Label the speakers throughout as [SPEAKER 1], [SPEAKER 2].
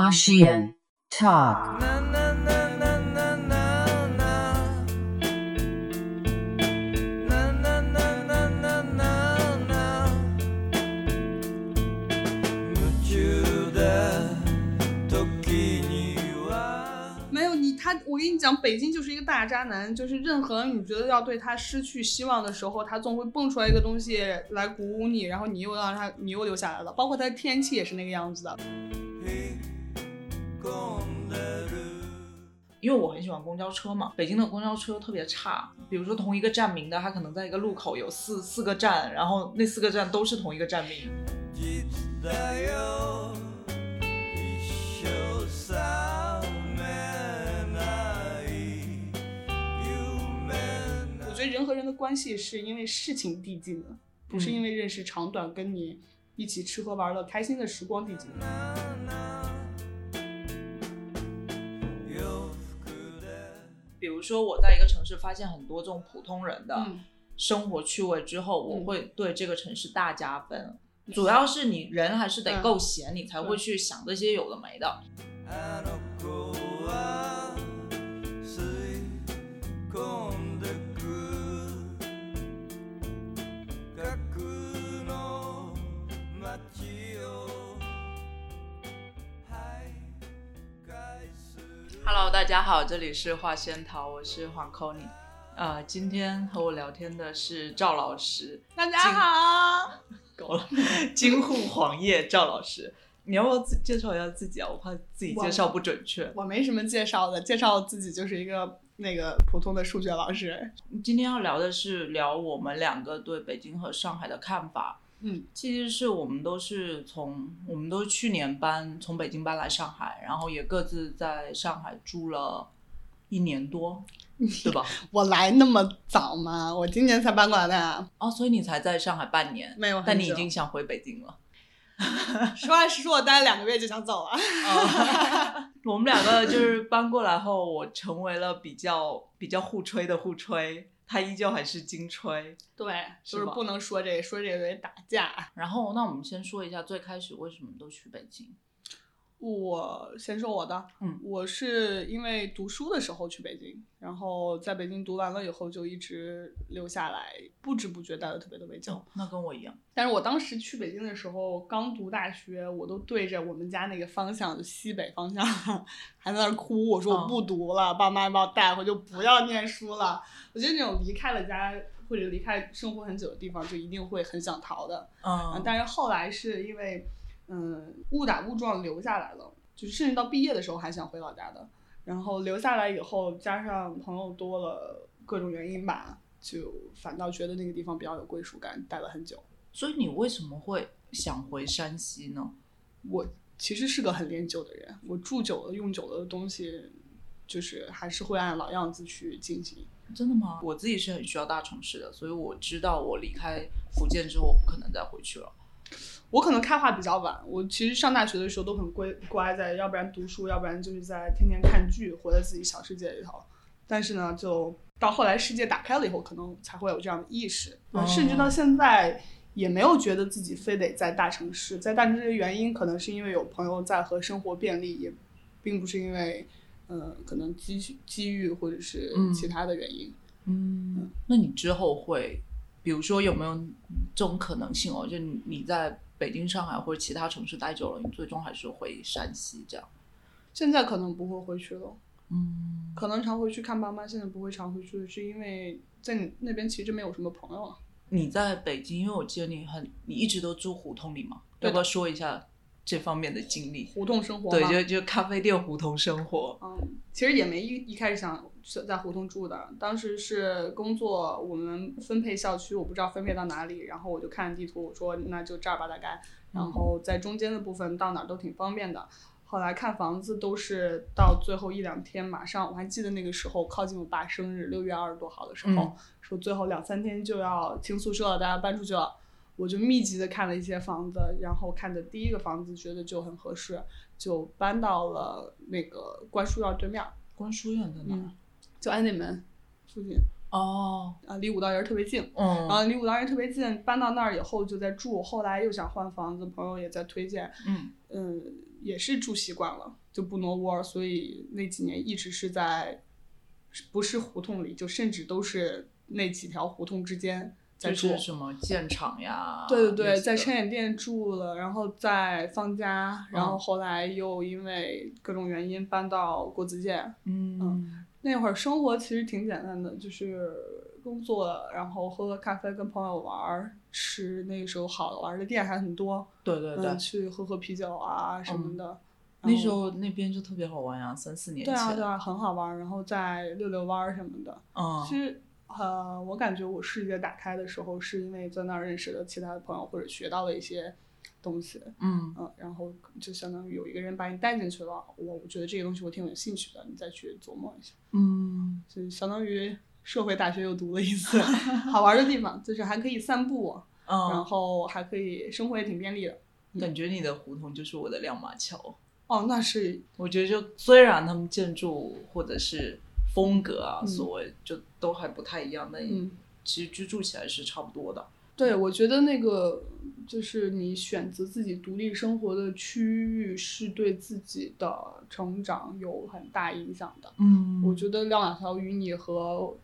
[SPEAKER 1] Washian Talk.
[SPEAKER 2] Na na na na na na na. Na na na na na na na. 夢中だ時には
[SPEAKER 3] 没有你，他我跟你讲，北京就是一个大渣男，就是任何你觉得要对他失去希望的时候，他总会蹦出来一个东西来鼓舞你，然后你又让他，你又留下来了。包括他的天气也是那个样子的。
[SPEAKER 2] 引っ込んでる。
[SPEAKER 4] 因为我很喜欢公交车嘛，北京的公交车特别差。比如说同一个站名的，它可能在一个路口有四四个站，然后那四个站都是同一个站名。
[SPEAKER 2] 実だよ一生覚めない夢な
[SPEAKER 3] 我觉得人和人的关系是因为事情递进的，不是
[SPEAKER 4] 嗯
[SPEAKER 3] 因为认识长短跟你一起吃喝玩乐开心的时光递进的。
[SPEAKER 2] 洋服で
[SPEAKER 4] 比如说我在一个城市发现很多这种普通人的
[SPEAKER 3] 嗯，
[SPEAKER 4] 生活趣味之后，
[SPEAKER 3] 嗯
[SPEAKER 4] 我会对这个城市大加分。主要是你人还是
[SPEAKER 3] 嗯
[SPEAKER 4] 得够闲，你才会去想这些有的没的。
[SPEAKER 2] あの子は吸い込んでく架空の街を徘徊する
[SPEAKER 4] Hello，大家好，这里是画仙桃，我是黄 c o n y 呃，今天和我聊天的是赵老师，
[SPEAKER 3] 大家好，
[SPEAKER 4] 够了， 京沪黄叶赵老师，你要不要自介绍一下自己啊？我怕自己介绍不准确。
[SPEAKER 3] 我没什么介绍的，介绍自己就是一个那个普通的数学老师。
[SPEAKER 4] 嗯今天要聊的是聊我们两个对北京和上海的看法。
[SPEAKER 3] 嗯，
[SPEAKER 4] 其实是我们都是从我们都是去年搬从北京搬来上海，然后也各自在上海住了一年 多，对吧？
[SPEAKER 3] 我来那么早吗？我今年才搬过来的呀。
[SPEAKER 4] 哦，所以你才在上海半年，
[SPEAKER 3] 没有很
[SPEAKER 4] 但你已
[SPEAKER 3] 久
[SPEAKER 4] 经想回北京了。
[SPEAKER 3] 实话实说，我待了两个月就想走了。
[SPEAKER 4] 我们两个就是搬过来后，我成为了比较比较互吹的互吹，他依旧还是金吹。
[SPEAKER 3] 对，就是是
[SPEAKER 4] 吧
[SPEAKER 3] 不能说这个，说这个得打架。
[SPEAKER 4] 然后，那我们先说一下最开始为什么都去北京。
[SPEAKER 3] 我先说我的，
[SPEAKER 4] 嗯
[SPEAKER 3] 我是因为读书的时候去北京，然后在北京读完了以后就一直留下来，不知不觉待了特别特别久。
[SPEAKER 4] 哦那跟我一样，
[SPEAKER 3] 但是我当时去北京的时候，刚读大学，我都对着我们家那个方向，就西北方向， 还在那儿哭。我说
[SPEAKER 4] 嗯
[SPEAKER 3] 我不读了，爸妈把我带回去，不要念书了。我觉得那种离开了家或者离开生活很久的地方，就一定会很想逃的。啊
[SPEAKER 4] 嗯，
[SPEAKER 3] 但是后来是因为，嗯，误打误撞留下来了，就是甚至到毕业的时候还想回老家的。然后留下来以后，加上朋友多了，各种原因吧，就反倒觉得那个地方比较有归属感，待了很久。
[SPEAKER 4] 所以你为什么会想回山西呢？
[SPEAKER 3] 我其实是个很恋旧的人，我住久了、用久了的东西，就是还是会按老样子去进行。
[SPEAKER 4] 真的吗？我自己是很需要大城市的，所以我知道我离开福建之后，我不可能再回去了。
[SPEAKER 3] 我可能开化比较晚，我其实上大学的时候都很乖乖在，要不然读书，要不然就是在天天看剧，活在自己小世界里头。但是呢，就到后来世界打开了以后，可能才会有这样的意识，
[SPEAKER 4] 哦
[SPEAKER 3] 甚至到现在也没有觉得自己非得在大城市。在大城市的原因，可能是因为有朋友在和生活便利，也并不是因为，呃，可能机机遇或者是
[SPEAKER 4] 嗯
[SPEAKER 3] 其他的原因。
[SPEAKER 4] 嗯，那你之后会，比如说有没有这种可能性哦？就你你在北京、上海或者其他城市待久了，你最终还是回山西这样？
[SPEAKER 3] 现在可能不会回去了。
[SPEAKER 4] 嗯，
[SPEAKER 3] 可能常回去看爸妈，现在不会常回去，是因为在你那边其实没有什么朋友了。
[SPEAKER 4] 你在北京，因为我记得你很，你一直都住胡同里嘛，
[SPEAKER 3] 对的
[SPEAKER 4] 要不要说一下这方面的经历？
[SPEAKER 3] 胡同生活
[SPEAKER 4] 对，
[SPEAKER 3] 嘛
[SPEAKER 4] 就就咖啡店胡同生活。
[SPEAKER 3] 嗯，其实也没一一开始想是在胡同住的，当时是工作，我们分配校区，我不知道分配到哪里，然后我就看地图，我说那就这儿吧，大概，然后在中间的部分到哪儿都挺方便的。后来看房子都是到最后一两天，马上我还记得那个时候靠近我爸生日，六月二十多号的时候，
[SPEAKER 4] 嗯
[SPEAKER 3] 说最后两三天就要清宿舍了，大家搬出去了。我就密集的看了一些房子，然后看的第一个房子觉得就很合适，就搬到了那个观书院对面儿，
[SPEAKER 4] 关书院在哪？
[SPEAKER 3] 嗯就安定门附近
[SPEAKER 4] 哦，
[SPEAKER 3] 啊，离五道营特别近。
[SPEAKER 4] 嗯，
[SPEAKER 3] 然后离五道营特别近，搬到那儿以后就在住，后来又想换房子，朋友也在推荐，
[SPEAKER 4] 嗯，
[SPEAKER 3] 嗯，也是住习惯了，就不挪窝儿，所以那几年一直是在不是胡同里，就甚至都是那几条胡同之间在
[SPEAKER 4] 就
[SPEAKER 3] 住。
[SPEAKER 4] 是什么建厂呀？
[SPEAKER 3] 对对
[SPEAKER 4] 那
[SPEAKER 3] 对，
[SPEAKER 4] 些
[SPEAKER 3] 在
[SPEAKER 4] 的
[SPEAKER 3] 山眼店住了，然后在方家，然后
[SPEAKER 4] 嗯
[SPEAKER 3] 后来又因为各种原因搬到国子监。
[SPEAKER 4] 嗯
[SPEAKER 3] 那会儿生活其实挺简单的，就是工作，然后喝喝咖啡，跟朋友玩儿，吃那个时候好玩儿的店还很多，
[SPEAKER 4] 对对对嗯
[SPEAKER 3] 嗯，，去喝喝啤酒啊什么的。然
[SPEAKER 4] 那
[SPEAKER 3] 后
[SPEAKER 4] 时候那边就特别好玩呀，三四年
[SPEAKER 3] 对
[SPEAKER 4] 前，
[SPEAKER 3] 啊对啊，很好玩儿，然后再溜溜弯儿什么的。其
[SPEAKER 4] 嗯
[SPEAKER 3] 实呃，我感觉我视野打开的时候，是因为在那儿认识的其他的朋友，或者学到了一些东西，
[SPEAKER 4] 嗯
[SPEAKER 3] 嗯，然后就相当于有一个人把你带进去了，我我觉得这个东西我挺有兴趣的，你再去琢磨一下，
[SPEAKER 4] 嗯，
[SPEAKER 3] 就相当于社会大学又读了一次，好玩儿的地方就是还可以散步，然
[SPEAKER 4] 嗯，
[SPEAKER 3] 后还可以生活也挺便利的。
[SPEAKER 4] 感觉你的胡同就是我的亮马桥。
[SPEAKER 3] 哦，那是
[SPEAKER 4] 我觉得就虽然他们建筑或者是风格啊，
[SPEAKER 3] 嗯
[SPEAKER 4] 所谓就都还不太一样，但
[SPEAKER 3] 嗯。
[SPEAKER 4] 其实居住起来是差不多的。
[SPEAKER 3] 对，我觉得那个就是你选择自己独立生活的区域，是对自己的成长有很大影响的。
[SPEAKER 4] 嗯
[SPEAKER 3] 我
[SPEAKER 4] 得
[SPEAKER 3] 觉得亮马桥与你和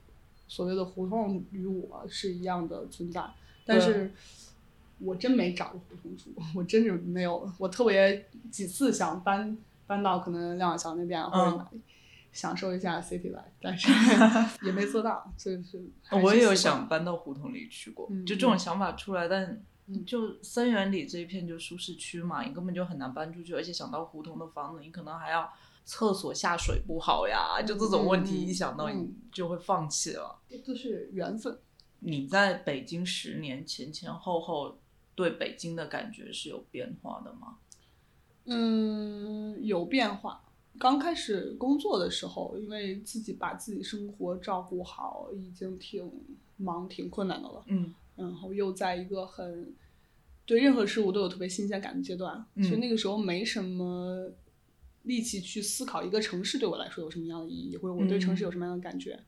[SPEAKER 3] 所谓的胡同与我是一样的存在，但
[SPEAKER 4] 对
[SPEAKER 3] 是我真没找过胡同住，我真是没有。我特别几次想搬搬到可能亮马桥那边啊或者
[SPEAKER 4] 嗯
[SPEAKER 3] 哪里，享受一下 city life，但 是也没做到，就是还
[SPEAKER 4] 我
[SPEAKER 3] 是
[SPEAKER 4] 也有
[SPEAKER 3] 习惯
[SPEAKER 4] 想搬到胡同里去过，
[SPEAKER 3] 嗯
[SPEAKER 4] 就这种想法出来，但
[SPEAKER 3] 嗯
[SPEAKER 4] 就三元里这一片就舒适区嘛，你根本就很难搬出去，而且想到胡同的房子，你可能还要厕所下水不好呀，就这种问题，
[SPEAKER 3] 嗯
[SPEAKER 4] 一想到
[SPEAKER 3] 嗯
[SPEAKER 4] 你就会放弃了。
[SPEAKER 3] 这都是缘分。
[SPEAKER 4] 你在北京十年前前后后对北京的感觉是有变化的吗？
[SPEAKER 3] 嗯，有变化。刚开始工作的时候，因为自己把自己生活照顾好，已经挺忙、挺困难的了。
[SPEAKER 4] 嗯
[SPEAKER 3] 然后又在一个很对任何事物都有特别新鲜感的阶段，
[SPEAKER 4] 嗯
[SPEAKER 3] 所以那个时候没什么力气去思考一个城市对我来说有什么样的意义，或者我对城市有什么样的感觉。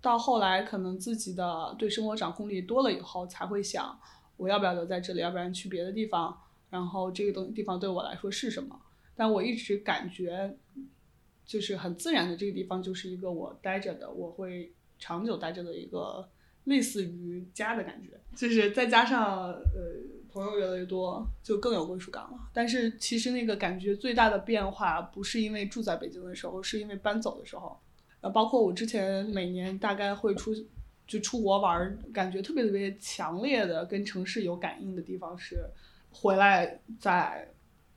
[SPEAKER 3] 到后来，可能自己的对生活掌控力多了以后，才会想我要不要留在这里，要不然去别的地方，然后这个东地方对我来说是什么。但我一直感觉，就是很自然的这个地方就是一个我待着的，我会长久待着的一个类似于家的感觉，就是再加上呃朋友越来越多，就更有归属感了。但是其实那个感觉最大的变化，不是因为住在北京的时候，是因为搬走的时候，呃，包括我之前每年大概会出。就出国玩儿，感觉特别特别强烈的跟城市有感应的地方是，回来在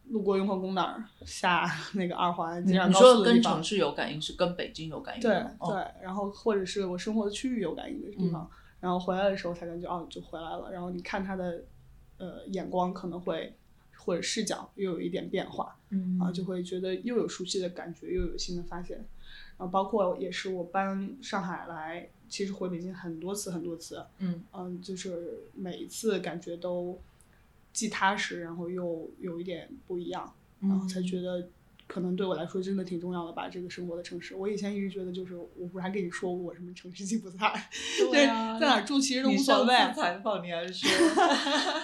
[SPEAKER 3] 路过雍和宫那儿下 那个二环，
[SPEAKER 4] 你
[SPEAKER 3] 接上
[SPEAKER 4] 嗯你
[SPEAKER 3] 高
[SPEAKER 4] 说
[SPEAKER 3] 速
[SPEAKER 4] 的
[SPEAKER 3] 的地
[SPEAKER 4] 跟
[SPEAKER 3] 方
[SPEAKER 4] 城，市有感应，是跟北京有感应
[SPEAKER 3] 对
[SPEAKER 4] 吗？哦嗯
[SPEAKER 3] 对，然后或者是我生活的区域有感应的地方，然后回来的时候才感觉哦，就回来了。然后你看他的呃眼光可能会或者视角又有一点变化
[SPEAKER 4] 嗯
[SPEAKER 3] 啊，就会觉得又有熟悉的感觉，又有新的发现。然后包括也是我搬上海来，其实回北京很多次很多次，
[SPEAKER 4] 嗯
[SPEAKER 3] 嗯，就是每一次感觉都既踏实，然后又有一点不一样。然
[SPEAKER 4] 嗯
[SPEAKER 3] 后才觉得可能对我来说真的挺重要的吧。这个生活的城市，我以前一直觉得就是，我不是还跟你说过我什么城市记不在， 就是
[SPEAKER 4] 对啊
[SPEAKER 3] 在哪儿住其实都无
[SPEAKER 4] 你
[SPEAKER 3] 所
[SPEAKER 4] 上
[SPEAKER 3] 谓，
[SPEAKER 4] 次采访你还说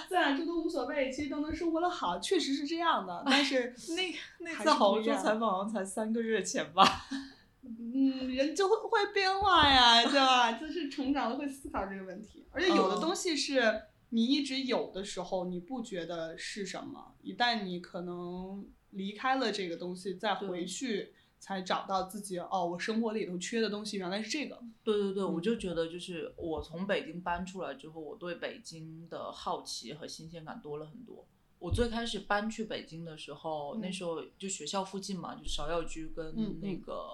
[SPEAKER 3] 在哪儿住都无所谓，其实都能生活的好，确实是这样的。但是
[SPEAKER 4] 那 那
[SPEAKER 3] 还
[SPEAKER 4] 次
[SPEAKER 3] 是
[SPEAKER 4] 好
[SPEAKER 3] 不
[SPEAKER 4] 像
[SPEAKER 3] 一
[SPEAKER 4] 做
[SPEAKER 3] 样
[SPEAKER 4] 采访好像才三个月前吧。
[SPEAKER 3] 嗯，人就会会变化呀，对吧？就是成长会思考这个问题，而且有的
[SPEAKER 4] 嗯
[SPEAKER 3] 东西是你一直有的时候，你不觉得是什么，一旦你可能离开了这个东西，再回
[SPEAKER 4] 对
[SPEAKER 3] 去才找到自己哦，我生活里头缺的东西原来是这个，
[SPEAKER 4] 对对对，
[SPEAKER 3] 嗯
[SPEAKER 4] 我就觉得就是我从北京搬出来之后，我对北京的好奇和新鲜感多了很多。我最开始搬去北京的时候，那
[SPEAKER 3] 嗯
[SPEAKER 4] 时候就学校附近嘛，就芍药居
[SPEAKER 3] 嗯
[SPEAKER 4] 跟那
[SPEAKER 3] 嗯
[SPEAKER 4] 个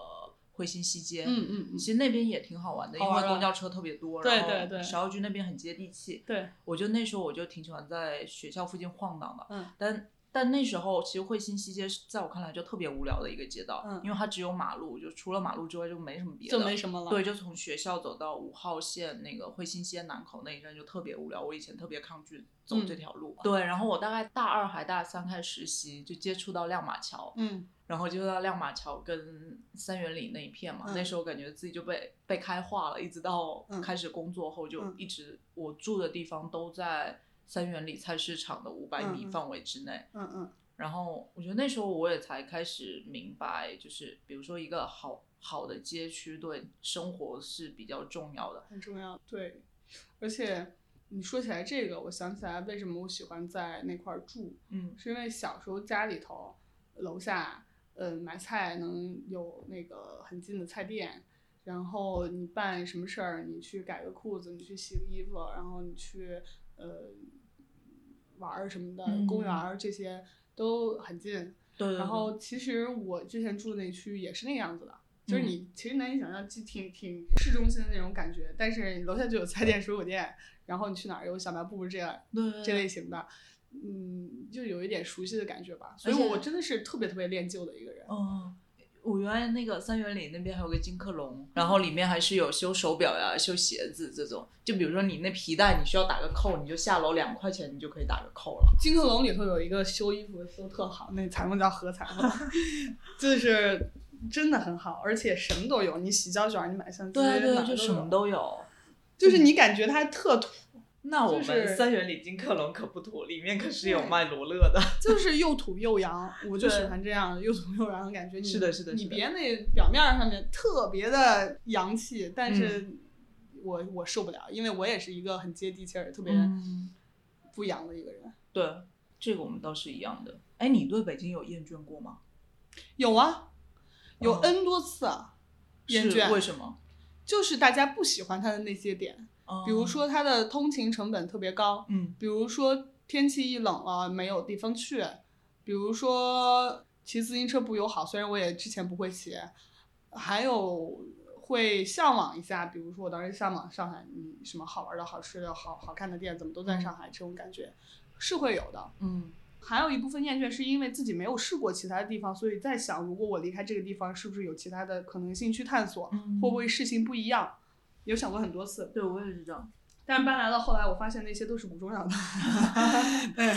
[SPEAKER 4] 惠新西街，
[SPEAKER 3] 嗯嗯嗯
[SPEAKER 4] 其，实那边也挺好玩的，
[SPEAKER 3] 好
[SPEAKER 4] 因为
[SPEAKER 3] 玩啊
[SPEAKER 4] 公交车特别多，
[SPEAKER 3] 对
[SPEAKER 4] 然后
[SPEAKER 3] 对对
[SPEAKER 4] 芍药居那边很接地气。
[SPEAKER 3] 对，
[SPEAKER 4] 我就那时候我就挺喜欢在学校附近晃荡的，
[SPEAKER 3] 嗯
[SPEAKER 4] 但但那时候其实惠新西街是在我看来就特别无聊的一个街道，
[SPEAKER 3] 嗯
[SPEAKER 4] 因为它只有马路，就除了马路之外就没什么别的，
[SPEAKER 3] 就没什么了。
[SPEAKER 4] 对，，就从学校走到五号线那个惠新西街南口那一站就特别无聊，我以前特别抗拒走
[SPEAKER 3] 嗯
[SPEAKER 4] 这条路，对，然后我大概大二还大三开始实习，就接触到亮马桥，
[SPEAKER 3] 嗯
[SPEAKER 4] 然后就到亮马桥跟三元里那一片嘛，
[SPEAKER 3] 嗯
[SPEAKER 4] 那时候感觉自己就被被开化了，一直到
[SPEAKER 3] 嗯
[SPEAKER 4] 开始工作后就
[SPEAKER 3] 嗯
[SPEAKER 4] 一直、我住的地方都在三元里菜市场的五百
[SPEAKER 3] 嗯
[SPEAKER 4] 米
[SPEAKER 3] 嗯
[SPEAKER 4] 范围之内，
[SPEAKER 3] 嗯嗯，
[SPEAKER 4] 然后我觉得那时候我也才开始明白，就是比如说一个好好的街区对生活是比较重要的。
[SPEAKER 3] 很重要。对，而且你说起来这个，我想起来为什么我喜欢在那块儿住，
[SPEAKER 4] 嗯
[SPEAKER 3] 是因为小时候家里头楼下，呃，买菜能有那个很近的菜店，然后你办什么事儿，你去改个裤子，你去洗个衣服，然后你去呃玩儿什么的，
[SPEAKER 4] 嗯
[SPEAKER 3] 公园儿这些都很近。
[SPEAKER 4] 对
[SPEAKER 3] 然后其实我之前住的那区也是那个样子的。就是
[SPEAKER 4] 嗯
[SPEAKER 3] 你其实难以想象，就挺挺市中心的那种感觉，但是你楼下就有菜店、水果店，然后你去哪儿有小卖部这样
[SPEAKER 4] 对
[SPEAKER 3] 这类型的，嗯，就有一点熟悉的感觉吧。所以
[SPEAKER 4] 而且
[SPEAKER 3] 我真的是特别特别恋旧的一个人。
[SPEAKER 4] 嗯，我原来那个三元里那边还有个金客隆，然后里面还是有修手表呀、修鞋子这种。就比如说你那皮带，你需要打个扣，你就下楼两块钱，你就可以打个扣了。
[SPEAKER 3] 金客隆里头有一个修衣服修特好，那裁缝叫何裁 缝，就是真的很好，而且什么都有，你洗胶卷，你买相机，
[SPEAKER 4] 对啊
[SPEAKER 3] 哪
[SPEAKER 4] 对，
[SPEAKER 3] 儿
[SPEAKER 4] 就什么
[SPEAKER 3] 都有，
[SPEAKER 4] 都嗯
[SPEAKER 3] 就
[SPEAKER 4] 有。
[SPEAKER 3] 是你感觉它特土，
[SPEAKER 4] 那我
[SPEAKER 3] 就是
[SPEAKER 4] 们三元里金客隆可不土，里面可是有
[SPEAKER 3] 对
[SPEAKER 4] 卖罗勒的。
[SPEAKER 3] 就是又土又洋，我就喜
[SPEAKER 4] 对
[SPEAKER 3] 欢这样又土又洋的感觉。你
[SPEAKER 4] 是的是的
[SPEAKER 3] 你
[SPEAKER 4] 是的
[SPEAKER 3] 别那表面上面特别的洋气，但是
[SPEAKER 4] 嗯
[SPEAKER 3] 我、我受不了，因为我也是一个很接地气儿、特别
[SPEAKER 4] 嗯，
[SPEAKER 3] 不洋的一个人。
[SPEAKER 4] 对，这个我们倒是一样的。哎，你对北京有厌倦过吗？
[SPEAKER 3] 有啊，有
[SPEAKER 4] 哦
[SPEAKER 3] N 多次啊，厌
[SPEAKER 4] 是为
[SPEAKER 3] 倦
[SPEAKER 4] 什么？
[SPEAKER 3] 就是大家不喜欢它的那些点，
[SPEAKER 4] 哦
[SPEAKER 3] 比如，说它的通勤成本特别高，
[SPEAKER 4] 嗯，
[SPEAKER 3] 比如说天气一冷了没有地方去，比如说骑自行车不友好，虽然我也之前不会骑，还有会向往一下，比如说我当时向往上海，嗯，什么好玩的好吃的好好看的店怎么都在上海，这种感觉是会有的。
[SPEAKER 4] 嗯，
[SPEAKER 3] 还有一部分厌倦是因为自己没有试过其他的地方，所以在想，如果我离开这个地方，是不是有其他的可能性去探索，
[SPEAKER 4] 嗯
[SPEAKER 3] 会不会事情不一样？有想过很多次，
[SPEAKER 4] 对我也是这样。
[SPEAKER 3] 但是搬来了，后来我发现那些都是不重要 的。对，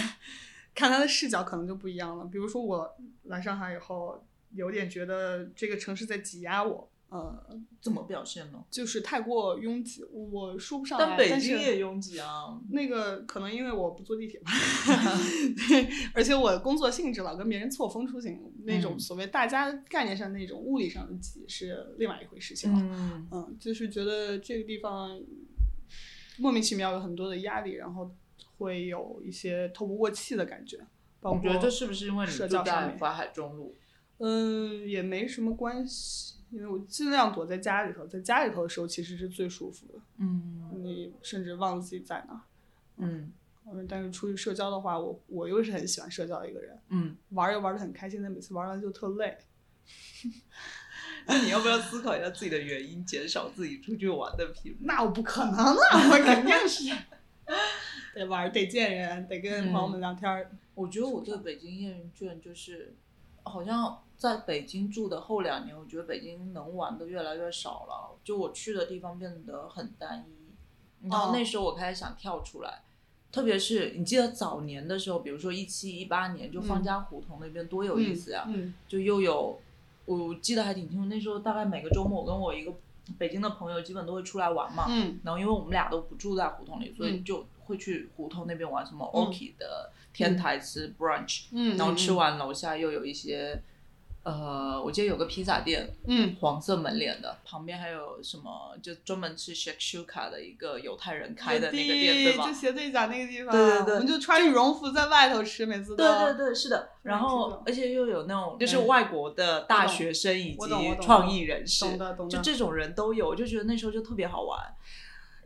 [SPEAKER 3] 看他的视角可能就不一样了。比如说我来上海以后，有点觉得这个城市在挤压我，呃，
[SPEAKER 4] 怎么表现呢？
[SPEAKER 3] 就是太过拥挤，我说不上来。但
[SPEAKER 4] 但北京
[SPEAKER 3] 是
[SPEAKER 4] 也拥挤啊。
[SPEAKER 3] 那个可能因为我不坐地铁 吧，对，而且我工作性质老跟别人错峰出行，那种
[SPEAKER 4] 嗯
[SPEAKER 3] 所谓大家概念上那种物理上的挤是另外一回事情了。
[SPEAKER 4] 嗯，
[SPEAKER 3] 嗯，就是觉得这个地方莫名其妙有很多的压力，然后会有一些透不过气的感觉。包
[SPEAKER 4] 我
[SPEAKER 3] 括
[SPEAKER 4] 觉得这是不是因为你
[SPEAKER 3] 社
[SPEAKER 4] 住
[SPEAKER 3] 交上
[SPEAKER 4] 在
[SPEAKER 3] 面
[SPEAKER 4] 淮海中路？
[SPEAKER 3] 嗯也没什么关系，因为我尽量躲在家里头，在家里头的时候其实是最舒服的，
[SPEAKER 4] 嗯
[SPEAKER 3] 你甚至忘了自己在哪儿。
[SPEAKER 4] 嗯
[SPEAKER 3] 嗯，但是出去社交的话，我我又是很喜欢社交的一个人，
[SPEAKER 4] 嗯，
[SPEAKER 3] 玩儿又玩的很开心，但每次玩完就特累。
[SPEAKER 4] 那你要不要思考一下自己的原因，减少自己出去玩的频率？
[SPEAKER 3] 那我不可能啊，我肯定是 得玩儿，得见人，得
[SPEAKER 4] 嗯
[SPEAKER 3] 跟朋友们聊天儿。
[SPEAKER 4] 我觉得我对北京厌倦就是，好像在北京住的后两年，我觉得北京能玩的越来越少了，就我去的地方变得很单一。然后那时候我开始想跳出来，特别是你记得早年的时候，比如说一七一八年，就方家胡同那边多有意思啊！
[SPEAKER 3] 嗯，嗯
[SPEAKER 4] 就又有，我记得还挺清楚，那时候大概每个周末，我跟我一个北京的朋友基本都会出来玩嘛。
[SPEAKER 3] 嗯
[SPEAKER 4] 然后因为我们俩都不住在胡同里，所以
[SPEAKER 3] 嗯
[SPEAKER 4] 就会去胡同那边玩什么
[SPEAKER 3] 嗯
[SPEAKER 4] OK 的天台吃 brunch，、
[SPEAKER 3] 嗯，
[SPEAKER 4] 然后吃完楼下又有一些。呃，我记得有个披萨店，
[SPEAKER 3] 嗯，
[SPEAKER 4] 黄色门脸的，旁边还有什么就专门吃 shakshuka 的一个犹太人开的那个店，对吧？
[SPEAKER 3] 就斜对角那个地方，啊
[SPEAKER 4] 对对对
[SPEAKER 3] 我们就穿羽绒服在外头吃，每次都。
[SPEAKER 4] 对对对，是的。然
[SPEAKER 3] 这种
[SPEAKER 4] 后，而且又有那种就是
[SPEAKER 3] 嗯
[SPEAKER 4] 外国的大学生以
[SPEAKER 3] 我懂我
[SPEAKER 4] 及
[SPEAKER 3] 懂
[SPEAKER 4] 创意人士
[SPEAKER 3] 懂的懂，的
[SPEAKER 4] 就这种人都有，我就觉得那时候就特别好玩。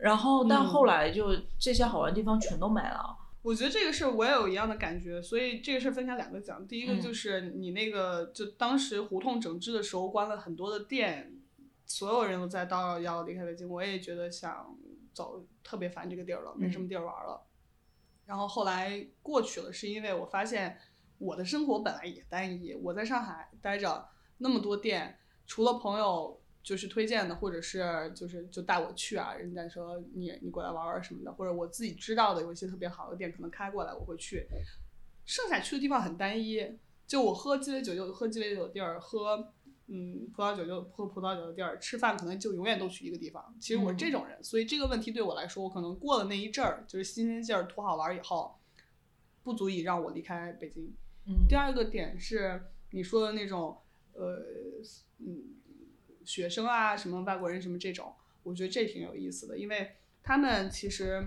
[SPEAKER 4] 然后，但
[SPEAKER 3] 嗯
[SPEAKER 4] 后来就这些好玩的地方全都没了。
[SPEAKER 3] 我觉得这个事儿我也有一样的感觉，所以这个事儿分享两个讲。第一个
[SPEAKER 4] 嗯
[SPEAKER 3] 就是你那个，就当时胡同整治的时候关了很多的店，所有人都在叨要离开北京，我也觉得想走，特别烦这个地儿了，没什么地儿玩了。然后后来过去了，是因为我发现我的生活本来也单一，我在上海待着那么多店，除了朋友。就是推荐的，或者是就是就带我去啊，人家说你你过来玩玩什么的，或者我自己知道的有一些特别好的店，可能开过来我会去。剩下去的地方很单一，就我喝鸡尾酒就喝鸡尾酒的地儿，喝嗯葡萄酒就喝葡萄酒的地儿，吃饭可能就永远都去一个地方。其实我是这种人，所以这个问题对我来说，我可能过了那一阵儿，就是新鲜劲儿、图好玩儿以后，不足以让我离开北京。
[SPEAKER 4] 嗯，
[SPEAKER 3] 第二个点是你说的那种，呃，嗯，学生啊，什么外国人什么这种，我觉得这挺有意思的，因为他们其实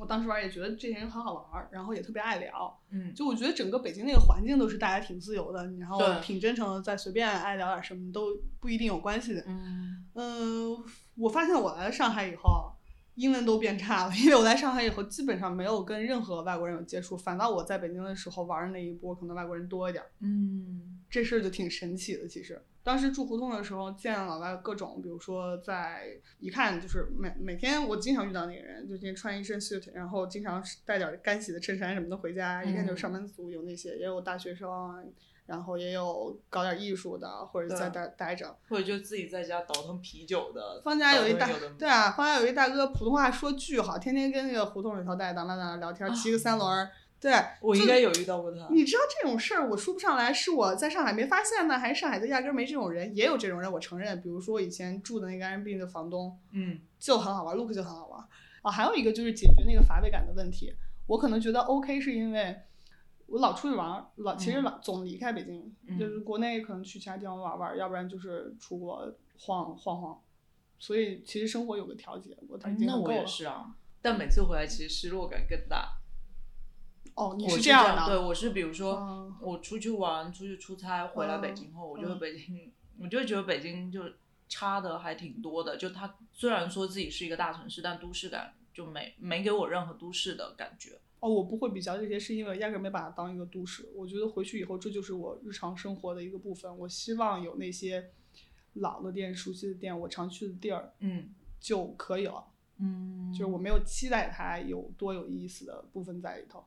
[SPEAKER 3] 我当时玩儿也觉得这些人很好玩儿，然后也特别爱聊，
[SPEAKER 4] 嗯，
[SPEAKER 3] 就我觉得整个北京那个环境都是大家挺自由的，然后
[SPEAKER 4] 对
[SPEAKER 3] 挺真诚的，在随便爱聊点什么都不一定有关系的。
[SPEAKER 4] 嗯，
[SPEAKER 3] 嗯，我发现我来了上海以后，英文都变差了，因为我来上海以后基本上没有跟任何外国人有接触，反倒我在北京的时候玩儿的那一波可能外国人多一点儿，
[SPEAKER 4] 嗯，
[SPEAKER 3] 这事儿就挺神奇的。其实当时住胡同的时候，见老外各种，比如说在一看就是每每天我经常遇到那个人，就今天穿一身 suit，然后经常是带点儿干洗的衬衫什么的回家，一看就是
[SPEAKER 4] 嗯
[SPEAKER 3] 上班族，有那些也有大学生。啊然后也有搞点艺术的，或者在
[SPEAKER 4] 对
[SPEAKER 3] 待待着，
[SPEAKER 4] 或者就自己在家倒腾啤酒的，
[SPEAKER 3] 方家有一大
[SPEAKER 4] 倒腾有的
[SPEAKER 3] 对啊，方家有一大哥，普通话说巨好，天天跟那个胡同里头带当当当聊
[SPEAKER 4] 啊
[SPEAKER 3] 天，骑个三轮儿。对，
[SPEAKER 4] 我应该有遇到过他，
[SPEAKER 3] 你知道这种事儿，我说不上来，是我在上海没发现呢，还是上海就压根儿没这种人？也有这种人，我承认。比如说我以前住的那个 Airbnb 的房东
[SPEAKER 4] 嗯
[SPEAKER 3] 就很好玩，Look 就很好玩。啊，还有一个就是解决那个乏味感的问题。我可能觉得 OK，是因为我老出去玩儿，老其实
[SPEAKER 4] 嗯
[SPEAKER 3] 老、总离开北京，
[SPEAKER 4] 嗯
[SPEAKER 3] 就是国内可能去其他地方玩玩，要不然就是出国晃晃晃。所以其实生活有个调节，我已经
[SPEAKER 4] 嗯那
[SPEAKER 3] 很够
[SPEAKER 4] 我也
[SPEAKER 3] 了。
[SPEAKER 4] 是啊，但每次回来其实失落感更大。
[SPEAKER 3] 哦，你
[SPEAKER 4] 我是
[SPEAKER 3] 这
[SPEAKER 4] 样
[SPEAKER 3] 的，
[SPEAKER 4] 对，我是比如说、
[SPEAKER 3] 哦
[SPEAKER 4] 我出去玩、出去出差，回来北京后，我就会
[SPEAKER 3] 嗯
[SPEAKER 4] 北京，我就会觉得北京就差的还挺多的。就它虽然说自己是一个大城市，但都市感就没没给我任何都市的感觉。
[SPEAKER 3] 哦，我不会比较这些，是因为我压根儿没把它当一个都市。我觉得回去以后，这就是我日常生活的一个部分。我希望有那些老的店、熟悉的店，我常去的地儿
[SPEAKER 4] 嗯
[SPEAKER 3] 就可以了。
[SPEAKER 4] 嗯，
[SPEAKER 3] 就是我没有期待它有多有意思的部分在里头。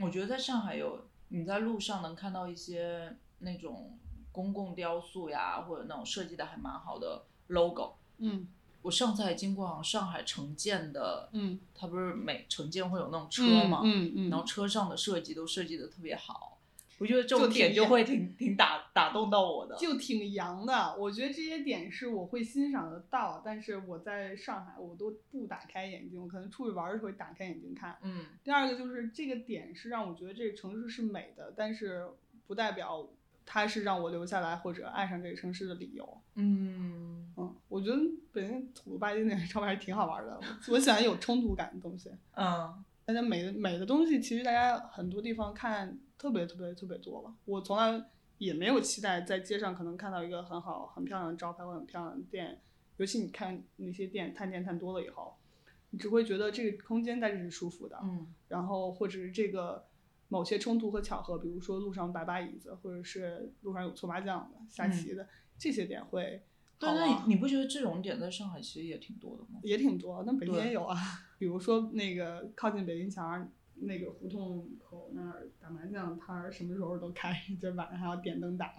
[SPEAKER 4] 我觉得在上海有你在路上能看到一些那种公共雕塑呀，或者那种设计的还蛮好的 logo。
[SPEAKER 3] 嗯
[SPEAKER 4] 我上次还经过好像上海城建的，
[SPEAKER 3] 嗯，
[SPEAKER 4] 它不是每城建会有那种车嘛，
[SPEAKER 3] 嗯嗯，
[SPEAKER 4] 然后车上的设计都设计的特别好，我觉得这
[SPEAKER 3] 就
[SPEAKER 4] 种
[SPEAKER 3] 挺
[SPEAKER 4] 点就会挺挺打打动到我的。
[SPEAKER 3] 就挺洋的。我觉得这些点是我会欣赏得到，但是我在上海我都不打开眼睛，我可能出去玩儿的时候会打开眼睛看。
[SPEAKER 4] 嗯
[SPEAKER 3] 第二个就是这个点是让我觉得这个城市是美的，但是不代表它是让我留下来或者爱上这个城市的理由。
[SPEAKER 4] 嗯
[SPEAKER 3] 嗯，我觉得北京土了吧唧那张照片还挺好玩的，我喜欢有冲突感的东西。
[SPEAKER 4] 嗯，
[SPEAKER 3] 大家美的美的东西，其实大家很多地方看特别特别特别多了。我从来也没有期待在街上可能看到一个很好、很漂亮的招牌或很漂亮的店，尤其你看那些店探店探多了以后，你只会觉得这个空间在这是舒服的。
[SPEAKER 4] 嗯
[SPEAKER 3] 然后或者是这个某些冲突和巧合，比如说路上摆把椅子，或者是路上有搓麻将的、下棋的、这些点会好
[SPEAKER 4] 但
[SPEAKER 3] 玩。
[SPEAKER 4] 是你不觉得这种点在上海其实也挺多的吗？
[SPEAKER 3] 也挺多，那北京
[SPEAKER 4] 对
[SPEAKER 3] 也有啊。 比如说那个靠近北京桥儿那个胡同口那儿打麻将摊儿，什么时候都开， 就晚上还要点灯打，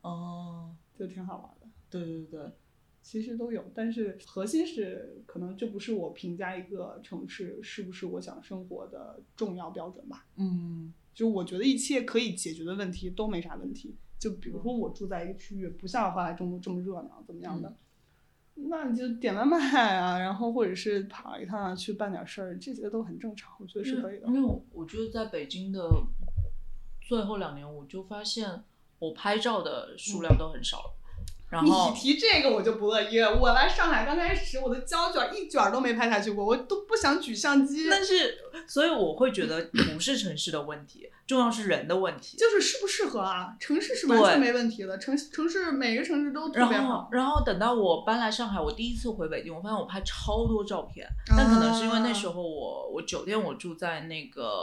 [SPEAKER 4] 哦，
[SPEAKER 3] 就挺好玩的。
[SPEAKER 4] 对对对，
[SPEAKER 3] 其实都有，但是核心是可能这不是我评价一个城市是不是我想生活的重要标准吧。
[SPEAKER 4] 嗯
[SPEAKER 3] 就我觉得一切可以解决的问题都没啥问题。就比
[SPEAKER 4] 嗯
[SPEAKER 3] 如说我住在一个区域，不像华海中部这么热闹，怎么样的，
[SPEAKER 4] 嗯
[SPEAKER 3] 那你就点外卖啊，然后或者是跑一趟啊，去办点事儿，这些都很正常，我觉得是可以的
[SPEAKER 4] 因。为我我觉得在北京的最后两年，我就发现我拍照的数量都很少了。然
[SPEAKER 3] 你
[SPEAKER 4] 后
[SPEAKER 3] 提这个我就不乐意了。我来上海刚开始，我的胶卷一卷儿都没拍下去过，我都不想举相机。
[SPEAKER 4] 但是，所以我会觉得不是城市的问题，重要是人的问题。
[SPEAKER 3] 就是适不适合啊？城市是完全没问题的，城城市每个城市都特别
[SPEAKER 4] 然后
[SPEAKER 3] 好，。
[SPEAKER 4] 然后等到我搬来上海，我第一次回北京，我发现我拍超多照片，但可能是因为
[SPEAKER 3] 啊
[SPEAKER 4] 那时候我我酒店我住在那个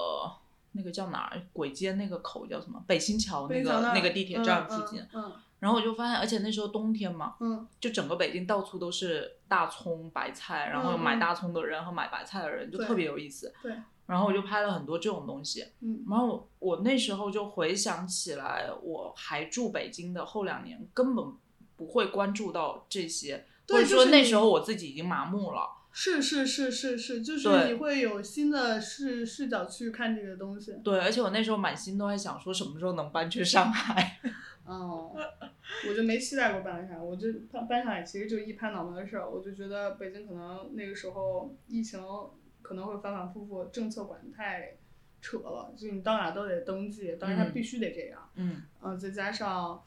[SPEAKER 4] 那个叫哪儿鬼街那个口叫什么北新桥那
[SPEAKER 3] 非常
[SPEAKER 4] 个
[SPEAKER 3] 的
[SPEAKER 4] 那个地铁站附近，
[SPEAKER 3] 嗯嗯
[SPEAKER 4] 然后我就发现，而且那时候冬天嘛，
[SPEAKER 3] 嗯
[SPEAKER 4] 就整个北京到处都是大葱白菜，然后
[SPEAKER 3] 嗯嗯
[SPEAKER 4] 买大葱的人和买白菜的人就
[SPEAKER 3] 对
[SPEAKER 4] 特别有意思，
[SPEAKER 3] 对，
[SPEAKER 4] 然后我就拍了很多这种东西，
[SPEAKER 3] 嗯
[SPEAKER 4] 然后我我那时候就回想起来，我还住北京的后两年，根本不会关注到这些，
[SPEAKER 3] 对
[SPEAKER 4] 或者
[SPEAKER 3] 就
[SPEAKER 4] 说
[SPEAKER 3] 是
[SPEAKER 4] 那
[SPEAKER 3] 你
[SPEAKER 4] 时候我自己已经麻木了。
[SPEAKER 3] 是是是是是，就是
[SPEAKER 4] 对
[SPEAKER 3] 你会有新的视视角去看这个东西。
[SPEAKER 4] 对，而且我那时候满心都在想说什么时候能搬去上海。
[SPEAKER 3] 哦，我就没期待过搬上海，我就搬搬上海其实就一拍脑门的事儿，我就觉得北京可能那个时候疫情可能会反反复复，政策管得太扯了，就你到哪都得登记，当然它
[SPEAKER 4] 嗯
[SPEAKER 3] 必须得这样。
[SPEAKER 4] 嗯
[SPEAKER 3] 嗯、再加上